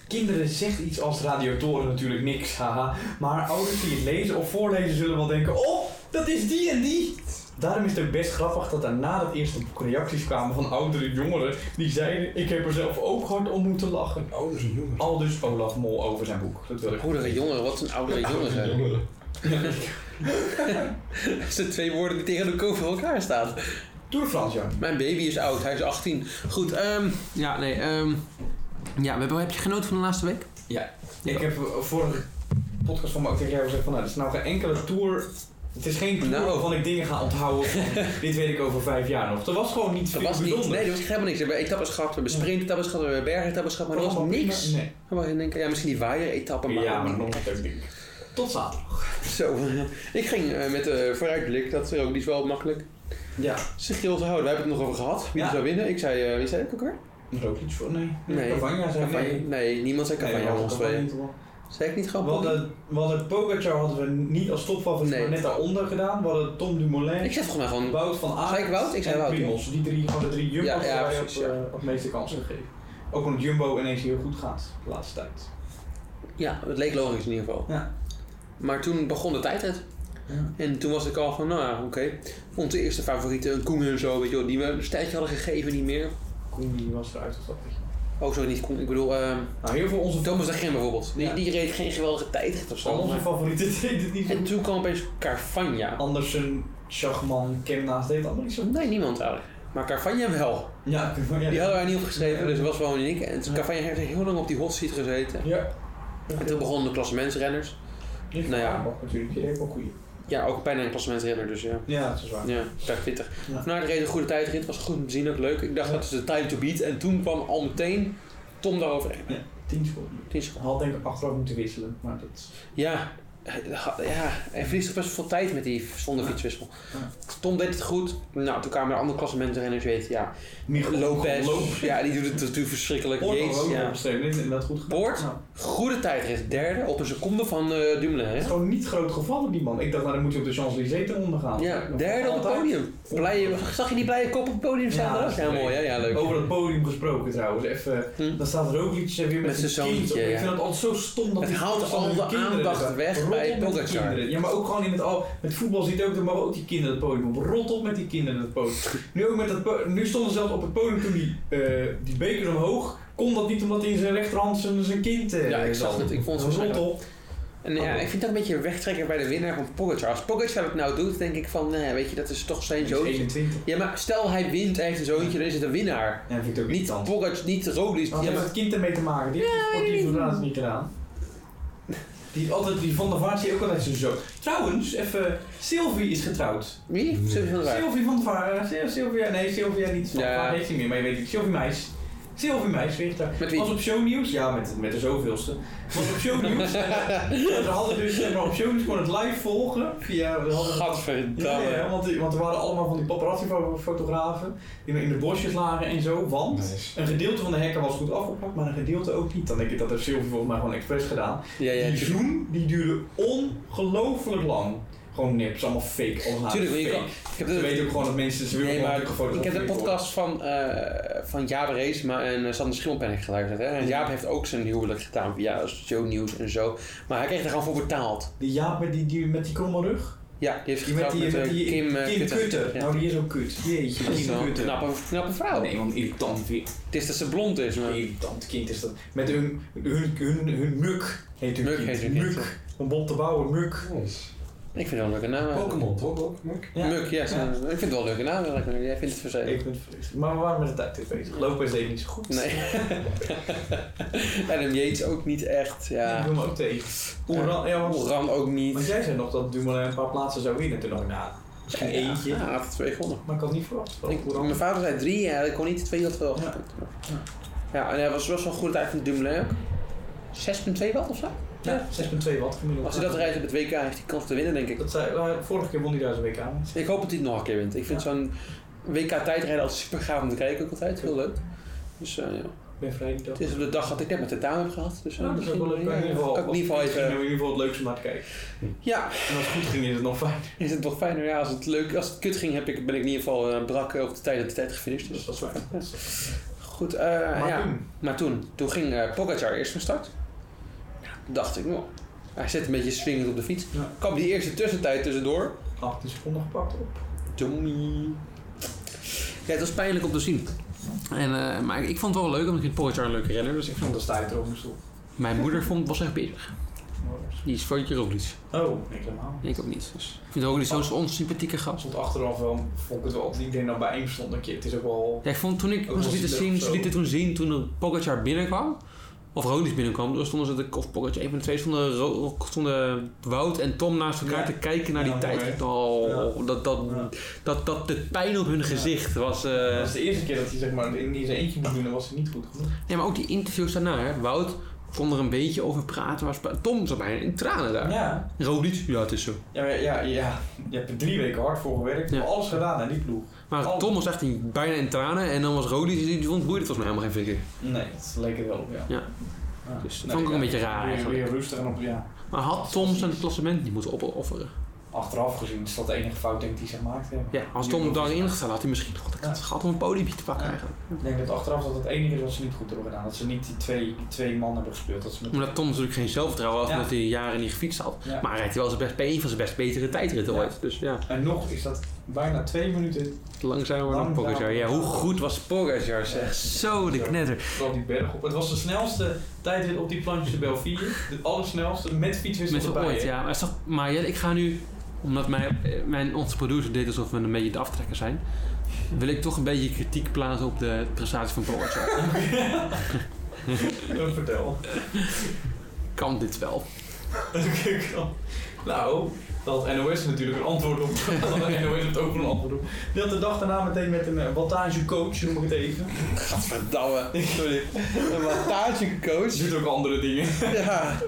Speaker 2: Kinderen zegt iets als radiatoren natuurlijk niks, haha. Maar ouders die het lezen of voorlezen zullen wel denken... Oh, dat is die en die! Daarom is het ook best grappig dat er na dat eerste boek reacties kwamen van oudere jongeren... die zeiden, ik heb er zelf ook hard om moeten lachen.
Speaker 5: Ouders en jongeren.
Speaker 2: Al dus Olaf Mol over zijn boek. Dat wil ik
Speaker 3: Oudere jongeren, wat een oudere jongeren. zijn. Dat zijn twee woorden die tegen elkaar over elkaar staan.
Speaker 2: Doe de Frans, Jan.
Speaker 3: Mijn baby is oud, hij is 18. Goed, ehm
Speaker 6: Ja, nee. ehm, ja, we hebben- heb je genoten van de laatste week?
Speaker 2: Ik heb eh, vorige podcast van me ook tegen jou gezegd van nou, er is nou geen enkele tour. Het is geen tour
Speaker 3: Nou.
Speaker 2: waarvan ik dingen ga onthouden.
Speaker 3: [LAUGHS]
Speaker 2: van, dit weet ik over vijf jaar nog. Er was gewoon niets
Speaker 3: dat was niet.
Speaker 2: bijzonders.
Speaker 3: Nee, dat was helemaal niks. We hebben etappes gehad, we hebben sprintetappes gehad, we hebben bergetappes gehad, maar er was
Speaker 2: Allemaal
Speaker 3: niks.
Speaker 2: prima.
Speaker 3: Waar je denkt, ja, misschien die waaieretappen,
Speaker 2: Nee.
Speaker 3: maar...
Speaker 2: Ja, maar nog een leuk ding. Tot zaterdag.
Speaker 3: [LAUGHS] Zo, ik ging eh, met de vooruitblik, dat is ook, die is wel makkelijk.
Speaker 2: Ja.
Speaker 3: Sigil te houden, wij hebben het nog over gehad, wie er
Speaker 2: Ja.
Speaker 3: zou winnen. Ik zei, eh, wie zei ik ook weer?
Speaker 2: Er ook iets voor, nee.
Speaker 3: Nee.
Speaker 2: Cavagna zei
Speaker 3: Cavagna.
Speaker 2: nee.
Speaker 3: Nee, niemand zei
Speaker 2: Nee,
Speaker 3: Cavagna,
Speaker 2: was
Speaker 3: ons
Speaker 2: Cavagna
Speaker 3: twee.
Speaker 2: niet, hoor.
Speaker 3: Zei ik niet
Speaker 2: We
Speaker 3: grappig?
Speaker 2: hadden, we hadden Pogacar hadden we niet als topfavoriet,
Speaker 3: Nee.
Speaker 2: maar net daaronder gedaan. We hadden Tom Dumoulin.
Speaker 3: Ik zei volgens mij gewoon...
Speaker 2: Wout van Aert.
Speaker 3: Zei ik Wout? Ik zei
Speaker 2: en
Speaker 3: Wout,
Speaker 2: Primoz. Die drie van de drie Jumbo's
Speaker 3: Ja,
Speaker 2: ja,
Speaker 3: ja,
Speaker 2: ja,
Speaker 3: precies,
Speaker 2: op,
Speaker 3: ja.
Speaker 2: eh, op meeste kansen gegeven. Ook omdat Jumbo ineens heel goed gaat de laatste tijd.
Speaker 3: Ja, het leek logisch in ieder geval.
Speaker 2: Ja.
Speaker 3: Maar toen begon de tijdrit.
Speaker 2: Ja.
Speaker 3: En toen was ik al van, nou ja, oké. Onze eerste favorieten, een Koen en zo, weet je wel, die we een tijdje hadden gegeven, niet meer.
Speaker 2: Koen die was eruit gestapt. weet je.
Speaker 3: Oh, sorry, niet Koen. Ik bedoel, ehm
Speaker 2: Nou, heel veel onze,
Speaker 3: Thomas de Grim bijvoorbeeld. Die,
Speaker 2: Ja.
Speaker 3: die reed geen geweldige tijdrit of
Speaker 2: al
Speaker 3: zo.
Speaker 2: onze
Speaker 3: maar-
Speaker 2: favorieten [LAUGHS] deed het niet zo
Speaker 3: En
Speaker 2: goed.
Speaker 3: toen kwam opeens Carvagna.
Speaker 2: Andersen, Schachman, Kemnaas deed het allemaal niet zo goed.
Speaker 3: Nee, niemand eigenlijk. Oh. Maar Carvagna wel.
Speaker 2: Ja, ja.
Speaker 3: Die hadden wij niet opgeschreven, dus het was wel uniek. En toen- Carvagna heeft heel lang op die hot seat gezeten.
Speaker 2: Ja.
Speaker 3: En toen begonnen de klassementsrenners.
Speaker 2: Nou
Speaker 3: Nou ja.
Speaker 2: ja, natuurlijk. Je hebt ook goeie.
Speaker 3: Ja, ook bijna een klassementsrenner, dus ja.
Speaker 2: Ja, dat is waar.
Speaker 3: Ja, daar pittig.
Speaker 2: Ja.
Speaker 3: Vanuit reed een goede tijdrit, was goed om te zien, ook leuk. Ik dacht
Speaker 2: Ja.
Speaker 3: dat is de time to beat en toen kwam al meteen Tom daaroverheen.
Speaker 2: Tien seconden.
Speaker 3: 10
Speaker 2: Ik
Speaker 3: seconden.
Speaker 2: had denk ik achteraf moeten wisselen, maar dat...
Speaker 3: Ja, hij- ha- ja, hij verliest toch best wel veel tijd met die zonder fietswissel.
Speaker 2: Ja.
Speaker 3: Tom deed het goed. Nou, toen kwamen er andere klassementen en weet ja. Lopez, ja, die doet het natuurlijk verschrikkelijk. Jezus,
Speaker 2: Jezus,
Speaker 3: ja.
Speaker 2: En dat goed gedaan.
Speaker 3: Poort?
Speaker 2: Nou,
Speaker 3: Goede tijdrit, derde op een seconde van eh Dumoulin, hè?
Speaker 2: Het is gewoon niet groot gevallen, die man. Ik dacht, nou dan moet je op de Champs-Élysées ten onder gaan.
Speaker 3: Ja, derde op het
Speaker 2: Altijd.
Speaker 3: podium.
Speaker 4: Blije, zag je die blije kop op het podium staan?
Speaker 2: Ja,
Speaker 4: dat
Speaker 2: dat
Speaker 4: was
Speaker 2: is
Speaker 4: heel
Speaker 2: leuk.
Speaker 4: mooi, ja, ja leuk.
Speaker 2: Over dat podium gesproken trouwens. Even, eh,
Speaker 4: Hm.
Speaker 2: Dan staat Roglic er weer met,
Speaker 4: Met zijn
Speaker 2: kind
Speaker 4: zoontje,
Speaker 2: op. Ik
Speaker 4: ja.
Speaker 2: vind dat altijd zo stom. Dat
Speaker 4: Het
Speaker 2: die
Speaker 4: haalt
Speaker 2: ouders dan
Speaker 4: al
Speaker 2: hun
Speaker 4: de
Speaker 2: kinderen
Speaker 4: aandacht
Speaker 2: erbij-
Speaker 4: weg
Speaker 2: Rot
Speaker 4: bij
Speaker 2: op met die
Speaker 4: Pogacar.
Speaker 2: kinderen. Ja, maar ook gewoon in het al. Met voetbal ziet ook, er mogen ook die kinderen het podium op. Rot op met die kinderen het podium. nu, ook met dat po- nu stonden zelfs op het podium toen die, eh, die beker omhoog. Kon dat niet omdat hij in zijn rechterhand zijn, zijn kind eh,
Speaker 4: Ja, ik
Speaker 2: zat.
Speaker 4: zag het. Ik vond het zo
Speaker 2: Rot
Speaker 4: leuk.
Speaker 2: op.
Speaker 4: En ja, ik vind dat een beetje een wegtrekker bij de winnaar van Pogacar. Als Pogacar het nou doet, denk ik van, nou ja, weet je, dat is toch zijn
Speaker 2: Hij is
Speaker 4: zoontje.
Speaker 2: 21.
Speaker 4: Ja, maar stel hij wint, hij heeft een zoontje, dan is het een winnaar.
Speaker 2: Ja, vind ik ook
Speaker 4: Niet
Speaker 2: niet anders.
Speaker 4: Pogacar, niet Roglic.
Speaker 2: Wat
Speaker 4: Ja,
Speaker 2: heeft
Speaker 4: maar-
Speaker 2: het kind ermee te maken? Die heeft het sportief inderdaad niet gedaan. Die, altijd, die van der Vaart zie je ook altijd zo zo. Trouwens, even, Sylvie is getrouwd.
Speaker 4: Wie? Sylvie van der Vaart.
Speaker 2: Sylvie van der Vaart, Sil- Sylvia, nee Sylvia niet, van der
Speaker 4: Ja.
Speaker 2: Vaart heeft hij meer, maar je weet niet, Sylvie Meis. Sylvie Meis, weet je
Speaker 4: Met
Speaker 2: daar.
Speaker 4: wie?
Speaker 2: Was op shownieuws, ja met, met de zoveelste. Was op shownieuws, en ze hadden dus zeg maar, op shownieuws gewoon het live volgen via... we hadden- Ja,
Speaker 4: Gadverdamme.
Speaker 2: ja, want, die- want er waren allemaal van die paparazzi-fotografen die in de bosjes lagen en zo, want...
Speaker 1: Nice.
Speaker 2: Een gedeelte van de hekken was goed afgepakt, maar een gedeelte ook niet. Dan denk ik dat heeft Sylvie volgens mij gewoon expres gedaan.
Speaker 4: Ja, ja.
Speaker 2: die zoen die duurde ongelooflijk lang. Gewoon nips, allemaal fake. Allemaal
Speaker 4: Tuurlijk, maar je
Speaker 2: fake.
Speaker 4: kan- Ik heb
Speaker 2: Ze
Speaker 4: de-
Speaker 2: weten ook gewoon dat mensen ze willen
Speaker 4: Nee,
Speaker 2: gewoon
Speaker 4: maar
Speaker 2: gefotografeerd
Speaker 4: Ik heb de
Speaker 2: worden.
Speaker 4: podcast van, eh van Jaap Reesma en eh, Sander Schimmelpenning geluisterd. Hè? En Jaap heeft ook zijn huwelijk gedaan via Joe News en zo. Maar hij kreeg er gewoon voor betaald.
Speaker 2: Die Jaap met die, die, met die kromme rug.
Speaker 4: Ja, die heeft
Speaker 2: Die met die,
Speaker 4: getrouwd met,
Speaker 2: met
Speaker 4: eh,
Speaker 2: die
Speaker 4: Kim, eh,
Speaker 2: Kim
Speaker 4: Kutter.
Speaker 2: Kutter.
Speaker 4: Ja.
Speaker 2: Nou, die is ook kut. Jeetje,
Speaker 4: Dat is
Speaker 2: Kim
Speaker 4: wel Nou, een
Speaker 2: Kutter. Nou,
Speaker 4: knappe, knappe vrouw.
Speaker 2: Nee, want irritant weer.
Speaker 4: Het is dat ze blond is, maar...
Speaker 2: Irritant kind is dat. Met hun, hun, hun, hun muk heet hun
Speaker 4: Muk
Speaker 2: kind.
Speaker 4: heet hun kind,
Speaker 2: muk. Om Bob te bouwen, muk.
Speaker 5: Nice.
Speaker 4: Ik vind het wel een leuke naam.
Speaker 5: Pokémon, toch? Ook, Muk?
Speaker 2: Ja.
Speaker 4: Muk, ja.
Speaker 2: Ja.
Speaker 4: Ik vind het wel een leuke naam. eigenlijk. Jij vindt het verzekerd.
Speaker 2: Ik ben verliefd. Maar we waren met de tijd bezig. Lopen is even niet zo goed.
Speaker 4: Nee. [LAUGHS] Adam Yates ook niet echt.
Speaker 2: Ik
Speaker 4: Ja.
Speaker 2: doe me ook tegen. Oeran, ja, want,
Speaker 4: Ram ook
Speaker 2: want
Speaker 4: niet.
Speaker 2: jij zei nog dat Dumoulin een paar plaatsen zou winnen. Toen dacht ik, nou, misschien eentje.
Speaker 4: Ja, hij had er twee gewonnen.
Speaker 2: Maar ik had het niet verwacht.
Speaker 4: Ik, mijn vader zei drie, ja, ik kon niet twee of wel.
Speaker 2: Ja.
Speaker 4: Ja. ja, en hij was best wel goed uit van Dumoulin ook. 6,2 watt of zo?
Speaker 2: Ja, 6,2 watt gemiddeld.
Speaker 4: Als hij dat rijdt op het WK, heeft hij kans te winnen, denk ik.
Speaker 2: Dat zei, maar vorige keer won hij daar zijn WK. aan.
Speaker 4: Ik hoop dat hij het nog een keer wint. Ik vind zo'n WK-tijdrijden altijd super gaaf om te kijken, ook altijd. Heel leuk. Dus eh, ja.
Speaker 2: Ik ben vrij die dag.
Speaker 4: Het is op de dag dat ik net met de dame heb gehad. Dus eh,
Speaker 2: Ja, dat is ook
Speaker 4: misschien
Speaker 2: wel leuk.
Speaker 4: ja,
Speaker 2: In ieder geval,
Speaker 4: kan ik in ieder geval
Speaker 2: misschien hebben
Speaker 4: even.
Speaker 2: we in ieder geval het leukste maar te kijken.
Speaker 4: Ja,
Speaker 2: En als het goed ging is het nog fijn. [LAUGHS]
Speaker 4: is het toch fijner? Ja, als het leuk, als het kut ging, heb ik, ben ik in ieder geval eh, brak eh, op de tijd dat de tijd gefinished
Speaker 2: Dus
Speaker 4: is.
Speaker 2: dat is fijn.
Speaker 4: Ja.
Speaker 2: Dat is-
Speaker 4: Goed, eh,
Speaker 2: Maar
Speaker 4: ja.
Speaker 2: toen,
Speaker 4: Maar toen, toen ging eh Pogacar eerst van start. Ja, toen dacht ik, nou, hij zit een beetje swingend op de fiets.
Speaker 2: Ja.
Speaker 4: Kwam die eerste tussentijd tussendoor.
Speaker 2: 18 seconden gepakt op.
Speaker 4: Doei.
Speaker 3: Ja, het was pijnlijk om te zien. En, eh, maar ik vond het wel leuk, omdat ik vind Pogacar een leuke renner. Dus ik
Speaker 2: Ik vond dat sta je er ook nog zo.
Speaker 3: Mijn moeder vond, was echt bezig. Die is voor Roglic.
Speaker 2: Oh, ik helemaal.
Speaker 3: Ik ook niet. Dus. Ik vind Roglic zo'n onsympathieke
Speaker 2: Ik
Speaker 3: gast.
Speaker 2: stond achteraf wel, vond ik het wel, ik denk dat bij één stond een keer. Het is ook wel...
Speaker 3: Ja, ik vond toen ik
Speaker 2: Ook
Speaker 3: ons
Speaker 2: wel
Speaker 3: liet
Speaker 2: zielig
Speaker 3: zien,
Speaker 2: of
Speaker 3: ze
Speaker 2: zo.
Speaker 3: lieten toen zien toen er Pogacar binnenkwam. Of Roglic binnenkwam. Toen dus stonden ze, de, of Pogacar, een van de twee, stonden, Ro- stonden Wout en Tom naast elkaar
Speaker 2: Ja.
Speaker 3: te kijken naar die
Speaker 2: Ja,
Speaker 3: tijd.
Speaker 2: mooi,
Speaker 3: Oh, dat, dat,
Speaker 2: Ja.
Speaker 3: dat, dat de pijn op hun gezicht was... eh,
Speaker 2: Dat was de eerste keer dat hij zeg maar in in zijn eentje moest doen, dan was hij niet goed genoeg.
Speaker 3: Nee, maar ook die interviews daarna, hè. Wout kon er een beetje over praten, maar spa- Tom zat bijna in tranen daar.
Speaker 2: Ja,
Speaker 3: Roglic, ja, het is zo.
Speaker 2: ja, maar ja, ja. je hebt er drie weken hard voor gewerkt,
Speaker 3: Ja.
Speaker 2: maar alles gedaan aan die ploeg.
Speaker 3: Maar
Speaker 2: Oh.
Speaker 3: Tom was echt in- bijna in tranen en dan was Roglic, die, die vond boeit het volgens mij helemaal geen flikker.
Speaker 2: Nee, dat leek het wel op, ja.
Speaker 3: Ja.
Speaker 2: Ja.
Speaker 3: Dus dat vond ik ook een beetje raar
Speaker 2: weer,
Speaker 3: eigenlijk.
Speaker 2: Weer rustig en op, ja.
Speaker 3: Maar had Tom zijn klassement niet moeten opofferen?
Speaker 2: Achteraf gezien is dat de enige fout denk ik die ze gemaakt hebben.
Speaker 3: Ja, als Tom daar ingestaan had hij misschien nog de kans gehad om een podiumpje te pakken
Speaker 2: Ja.
Speaker 3: eigenlijk.
Speaker 2: Ik denk dat achteraf dat het enige is wat ze niet goed hebben gedaan. Dat ze niet die twee, die twee mannen hebben gespeeld. Dat ze met...
Speaker 3: Omdat Tom natuurlijk geen zelfvertrouwen had,
Speaker 2: Ja.
Speaker 3: omdat hij jaren niet gefietst had.
Speaker 2: Ja.
Speaker 3: Maar hij rijdt wel zijn best, bij een van zijn best betere tijdritten
Speaker 2: Ja.
Speaker 3: ooit. Dus ja,
Speaker 2: En nog is dat bijna twee minuten
Speaker 3: langzamer dan
Speaker 2: Langzaam.
Speaker 3: Pogacar. Ja, hoe goed was Pogacar zeg. Zo, de
Speaker 2: Zo.
Speaker 3: knetter.
Speaker 2: kwam die berg op. Het was de snelste tijdrit op die planche de Belvier. De allersnelste met fietswissel
Speaker 3: Met z'n
Speaker 2: erbij.
Speaker 3: ooit,
Speaker 2: hè.
Speaker 3: ja. Maar, is toch, maar Jelle, ik ga nu, omdat mijn, eh, mijn, onze producer deed alsof we een beetje de aftrekker zijn, wil ik toch een beetje kritiek plaatsen op de prestatie van Pogacar.
Speaker 2: Eh, Vertel.
Speaker 3: kan dit wel?
Speaker 2: [LAUGHS] Oké, kan. Nou, dat had NOS natuurlijk een antwoord
Speaker 4: [LAUGHS]
Speaker 2: op. Dat had NOS heeft ook een antwoord op. Die had de dag daarna meteen met een eh, wattagecoach, noem ik het even.
Speaker 4: Gadverdamme.
Speaker 2: [LAUGHS]
Speaker 4: Sorry. Een
Speaker 2: Ze
Speaker 4: montagecoach.
Speaker 2: doet ook andere dingen.
Speaker 4: [LAUGHS] Ja.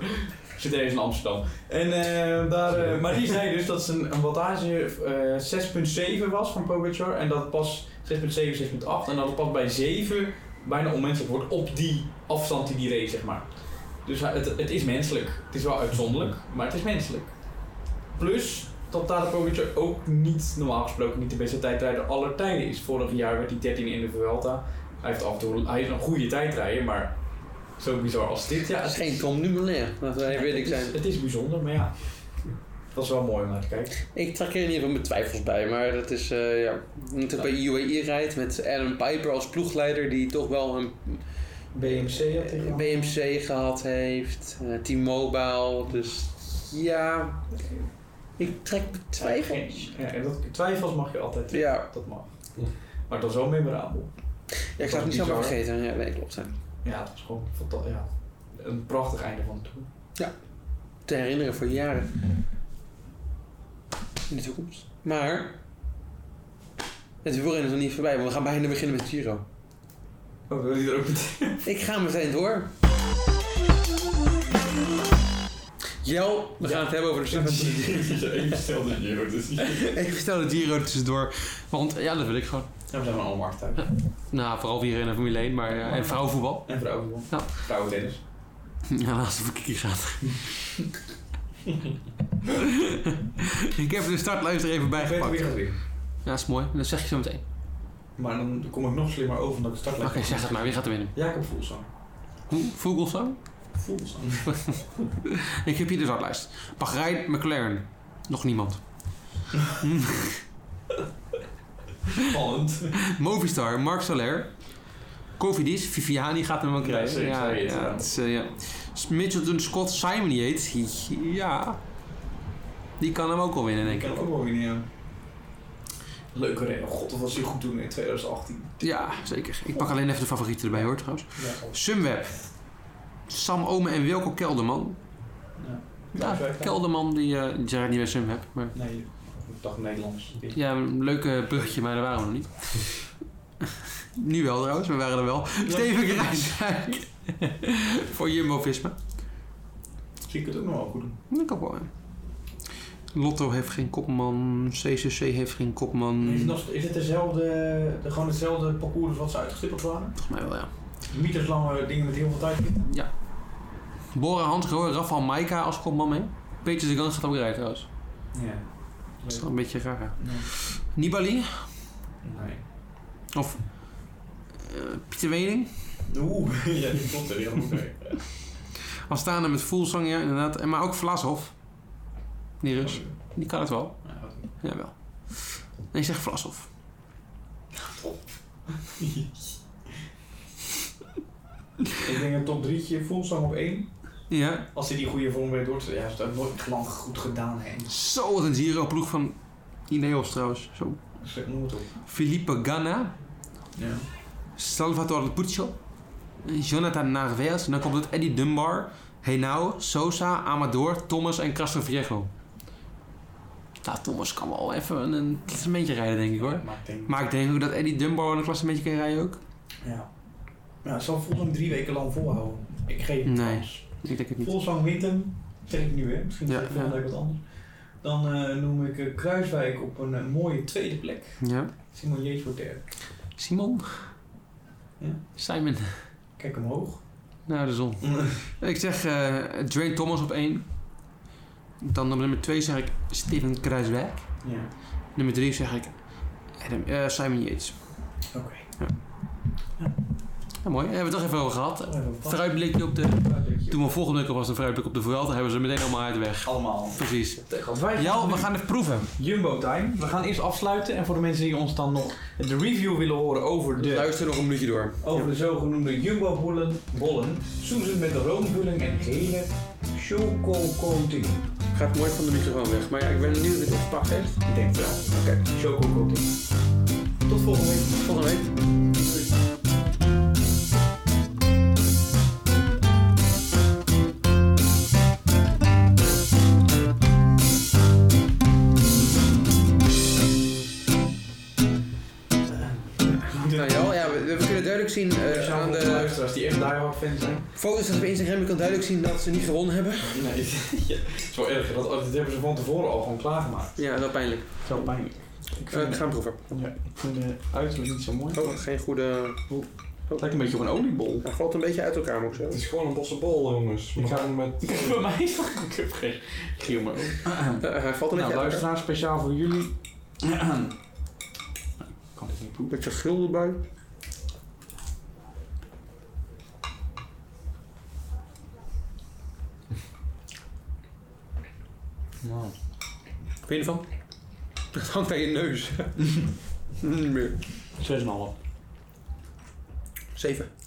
Speaker 2: Zit ergens in Amsterdam. En eh, daar, eh, maar die zei dus dat zijn een wattage eh 6.7 was van Pogacar. En dat pas 6.7, 6.8. En dat het pas bij 7 bijna onmenselijk wordt op die afstand die die reed, zeg maar. nou, Dus hij- het, het is menselijk. Het is wel uitzonderlijk, maar het is menselijk. Plus, dat Tata Pogacar ook niet normaal gesproken niet de beste tijdrijder aller tijden is. Vorig jaar werd hij 13 in de Vuelta. Hij, heeft af en toe, hij is een goede tijdrijder, maar zo bizar als dit. Ja,
Speaker 4: Dat is
Speaker 2: het
Speaker 4: geen Tom Dumoulin, laten we even
Speaker 2: het
Speaker 4: eerlijk
Speaker 2: is-
Speaker 4: zijn.
Speaker 2: Het is bijzonder, maar ja. Dat is wel mooi om naar te kijken.
Speaker 4: Ik trak er in ieder geval mijn twijfels bij, maar dat is, eh ja, omdat ik bij UAE rijdt met Adam Piper als ploegleider die toch wel een
Speaker 2: BMC had hij
Speaker 4: BMC gehad heeft, eh, T-Mobile, dus ja, ik trek mijn twijfels.
Speaker 2: Ja, en dat, twijfels mag je altijd.
Speaker 4: Ja,
Speaker 2: Dat mag.
Speaker 5: Ja.
Speaker 2: Maar dat is wel memorabel.
Speaker 4: ja ik zou het niet
Speaker 2: Bizar.
Speaker 4: zomaar vergeten. Ja, nee, klopt. hè.
Speaker 2: Ja, dat was gewoon fanta- ja, een prachtig einde van de tour.
Speaker 4: Te herinneren voor jaren. In de toekomst. Maar, het wielrennen is nog niet voorbij, want we gaan bijna beginnen met Giro.
Speaker 2: Oh, wil je er ook meteen?
Speaker 4: Ik ga meteen door. Jel, we gaan het hebben over de strategie.
Speaker 1: Even stel dat je hoort.
Speaker 3: Ik stel het Giro er tussendoor. Want eh, ja, dat wil ik gewoon.
Speaker 2: Ja, we zijn maar allemaal achteruit.
Speaker 3: Nou, vooral weer in de Formule 1, maar eh, en vrouwenvoetbal. [LAUGHS]
Speaker 2: En vrouwen.
Speaker 3: Ja.
Speaker 2: Vrouwentennis.
Speaker 3: Ja, laatst voor Kiki gaat. [LAUGHS] ik heb de startlijst er even bij
Speaker 2: Ik weet het weer,
Speaker 3: gepakt.
Speaker 2: het weer.
Speaker 3: Ja, is mooi. Dat zeg je zo meteen.
Speaker 2: Maar dan kom ik nog slimmer over dan ik start
Speaker 3: Oké, zeg dat maar. Wie gaat er winnen?
Speaker 2: Jacob Voelsang.
Speaker 3: Hoe? Vogelsang?
Speaker 2: Voelsang.
Speaker 3: Ik heb hier de startlijst. Bahrein, McLaren. Nog niemand.
Speaker 2: Spannend.
Speaker 3: Movistar, Mark Soler. Covidis, Viviani gaat hem wel
Speaker 2: Ja,
Speaker 3: krijgen.
Speaker 2: zeker, zei je het,
Speaker 3: ja,
Speaker 2: ja.
Speaker 3: het is, eh, ja. Mitchelton, Scott, Simon Yates. Ja. Die kan hem ook wel winnen,
Speaker 2: Ik
Speaker 3: denk ik.
Speaker 2: kan ook wel winnen, ja. Leuke reden. God, dat was hij goed doen in 2018.
Speaker 3: Ja, zeker. Ik pak alleen even de favorieten erbij hoor, trouwens.
Speaker 2: Ja,
Speaker 3: Sumweb. Sam Omen en Wilco Kelderman. Ja, Kelderman die, eh die zijn niet bij Sumweb. Maar...
Speaker 2: Nee, ik dacht Nederlands.
Speaker 3: Ja, een leuke bruggetje, maar daar waren we nog niet. [LAUGHS] nu wel trouwens, we waren er wel. Steven Kruiswijk. [LAUGHS] Voor Jumbo-Visma.
Speaker 2: Zie ik het ook nog wel goed doen.
Speaker 3: Dat kan wel, ja. Lotto heeft geen kopman. CCC heeft geen kopman.
Speaker 2: Is het, nog, is het dezelfde, de- gewoon hetzelfde parcours als wat ze uitgestippeld waren?
Speaker 3: Volgens mij wel, ja.
Speaker 2: Mieterslange dingen met heel veel tijd.
Speaker 3: Bora Hansgrohe, Rafael Maika als kopman mee. Peter de Gans gaat ook rijden trouwens.
Speaker 2: Ja.
Speaker 3: Dat is wel een beetje raar. hè.
Speaker 2: Nee.
Speaker 3: Nibali
Speaker 2: nee.
Speaker 3: of eh, Pieter Wening.
Speaker 2: Oeh, [LAUGHS] ja, die klopt er helemaal mee.
Speaker 3: [LAUGHS] Al staan er met Voelsang, ja, inderdaad. En Maar ook Vlasov. Die Rus. Die kan het wel. Jawel. Nee, zeg Vlasov.
Speaker 2: Ik denk een top 3'tje, Volsang op 1.
Speaker 3: Ja.
Speaker 2: Als hij die goede vorm weer doortrekt, ja, is dat nooit lang goed gedaan heen.
Speaker 3: Zo, wat een Giro-ploeg van Ineos trouwens. Zo.
Speaker 2: Dus, eh, Noem het op.
Speaker 3: Felipe Ganna.
Speaker 2: Ja.
Speaker 3: Salvatore Puccio. Jonathan Narvaez. En dan komt het Eddie Dunbar. Henao, Sosa, Amador, Thomas en Castroviejo. Nou, Thomas kan wel even een, een klassementje rijden, denk ik hoor.
Speaker 2: Maar ik denk,
Speaker 3: Maar ik denk ook dat Eddie Dunbar wel een klassementje kan rijden ook.
Speaker 2: ja. Ja, het zal Volsang drie weken lang volhouden. Ik geef het
Speaker 3: Nee.
Speaker 2: kans.
Speaker 3: Ik denk het niet.
Speaker 2: Volsang wint hem, zeg ik nu hè, misschien
Speaker 3: Ja,
Speaker 2: zeg ik volgende
Speaker 3: ja.
Speaker 2: week wat anders. Dan eh, noem ik eh, Kruiswijk op een eh, mooie tweede plek.
Speaker 3: Ja.
Speaker 2: Simon Yates wordt derde.
Speaker 3: Simon.
Speaker 2: Ja.
Speaker 3: Simon.
Speaker 2: Kijk omhoog.
Speaker 3: Naar de zon. Ik zeg eh Dwayne Thomas op 1. Dan op nummer 2 zeg ik Steven Kruiswijk.
Speaker 2: ja.
Speaker 3: Nummer 3 zeg ik Adam- eh, Simon Yates.
Speaker 2: Oké.
Speaker 3: Ja, mooi. Hebben we het toch even over gehad.
Speaker 2: Dan hebben we vast-
Speaker 3: Fruitblikje op de... Toen we volgende week al was een fruitblik op de Vuelta, hebben ze meteen allemaal uit de weg.
Speaker 2: Allemaal.
Speaker 3: Precies.
Speaker 2: Tegen wij
Speaker 3: Ja, we gaan even proeven.
Speaker 2: Jumbo Time. We gaan eerst afsluiten. En voor de mensen die ons dan nog de review willen horen over de,
Speaker 4: Luister nog een minuutje door.
Speaker 2: over de zogenoemde Jumbo-bollen, bollen, soezen met roomvulling en gele chococoating.
Speaker 4: Gaat mooi van de microfoon weg, maar ja, ik ben benieuwd of het gepakt heeft.
Speaker 2: Ik denk het wel. Oké, chococoating. Tot volgende week.
Speaker 4: Volgende week. Nou ja, ja we, we kunnen duidelijk zien eh,
Speaker 2: Er zijn
Speaker 4: aan
Speaker 2: onze
Speaker 4: de
Speaker 2: luisteraars die echt diehard fan zijn.
Speaker 4: foto's dat we op Instagram, je kan duidelijk zien dat ze niet gewonnen hebben.
Speaker 2: Nee, [LAUGHS] ja, het is wel erg. Dat, dat hebben ze van tevoren al gewoon klaargemaakt.
Speaker 4: Ja, dat is pijnlijk.
Speaker 2: Zo pijnlijk. Ik
Speaker 4: Eh,
Speaker 2: vind,
Speaker 4: ik ga hem proeven.
Speaker 2: ja, ik vind de uiterlijk niet zo mooi.
Speaker 4: Oh, geen goede...
Speaker 2: Het lijkt een beetje op een oliebol.
Speaker 3: Hij valt een beetje uit elkaar, moet ik
Speaker 5: Het
Speaker 3: zeggen.
Speaker 5: is gewoon een bosse bol, jongens.
Speaker 2: [LAUGHS]
Speaker 5: We
Speaker 2: Ik ga-
Speaker 5: gaan met...
Speaker 2: Bij mij is dat ik heb geen giel meer op.
Speaker 3: Eh, hij valt
Speaker 2: Nou,
Speaker 3: een beetje uit elkaar.
Speaker 2: luisteraar, speciaal voor jullie. [CLEARS THROAT] kan dit niet poepen?
Speaker 3: Met zijn gul erbij. Wat vind je ervan? [LAUGHS] Dat hangt aan je [LAUGHS] Mm, neus. Niet meer.
Speaker 2: 6,5.
Speaker 3: Zeven.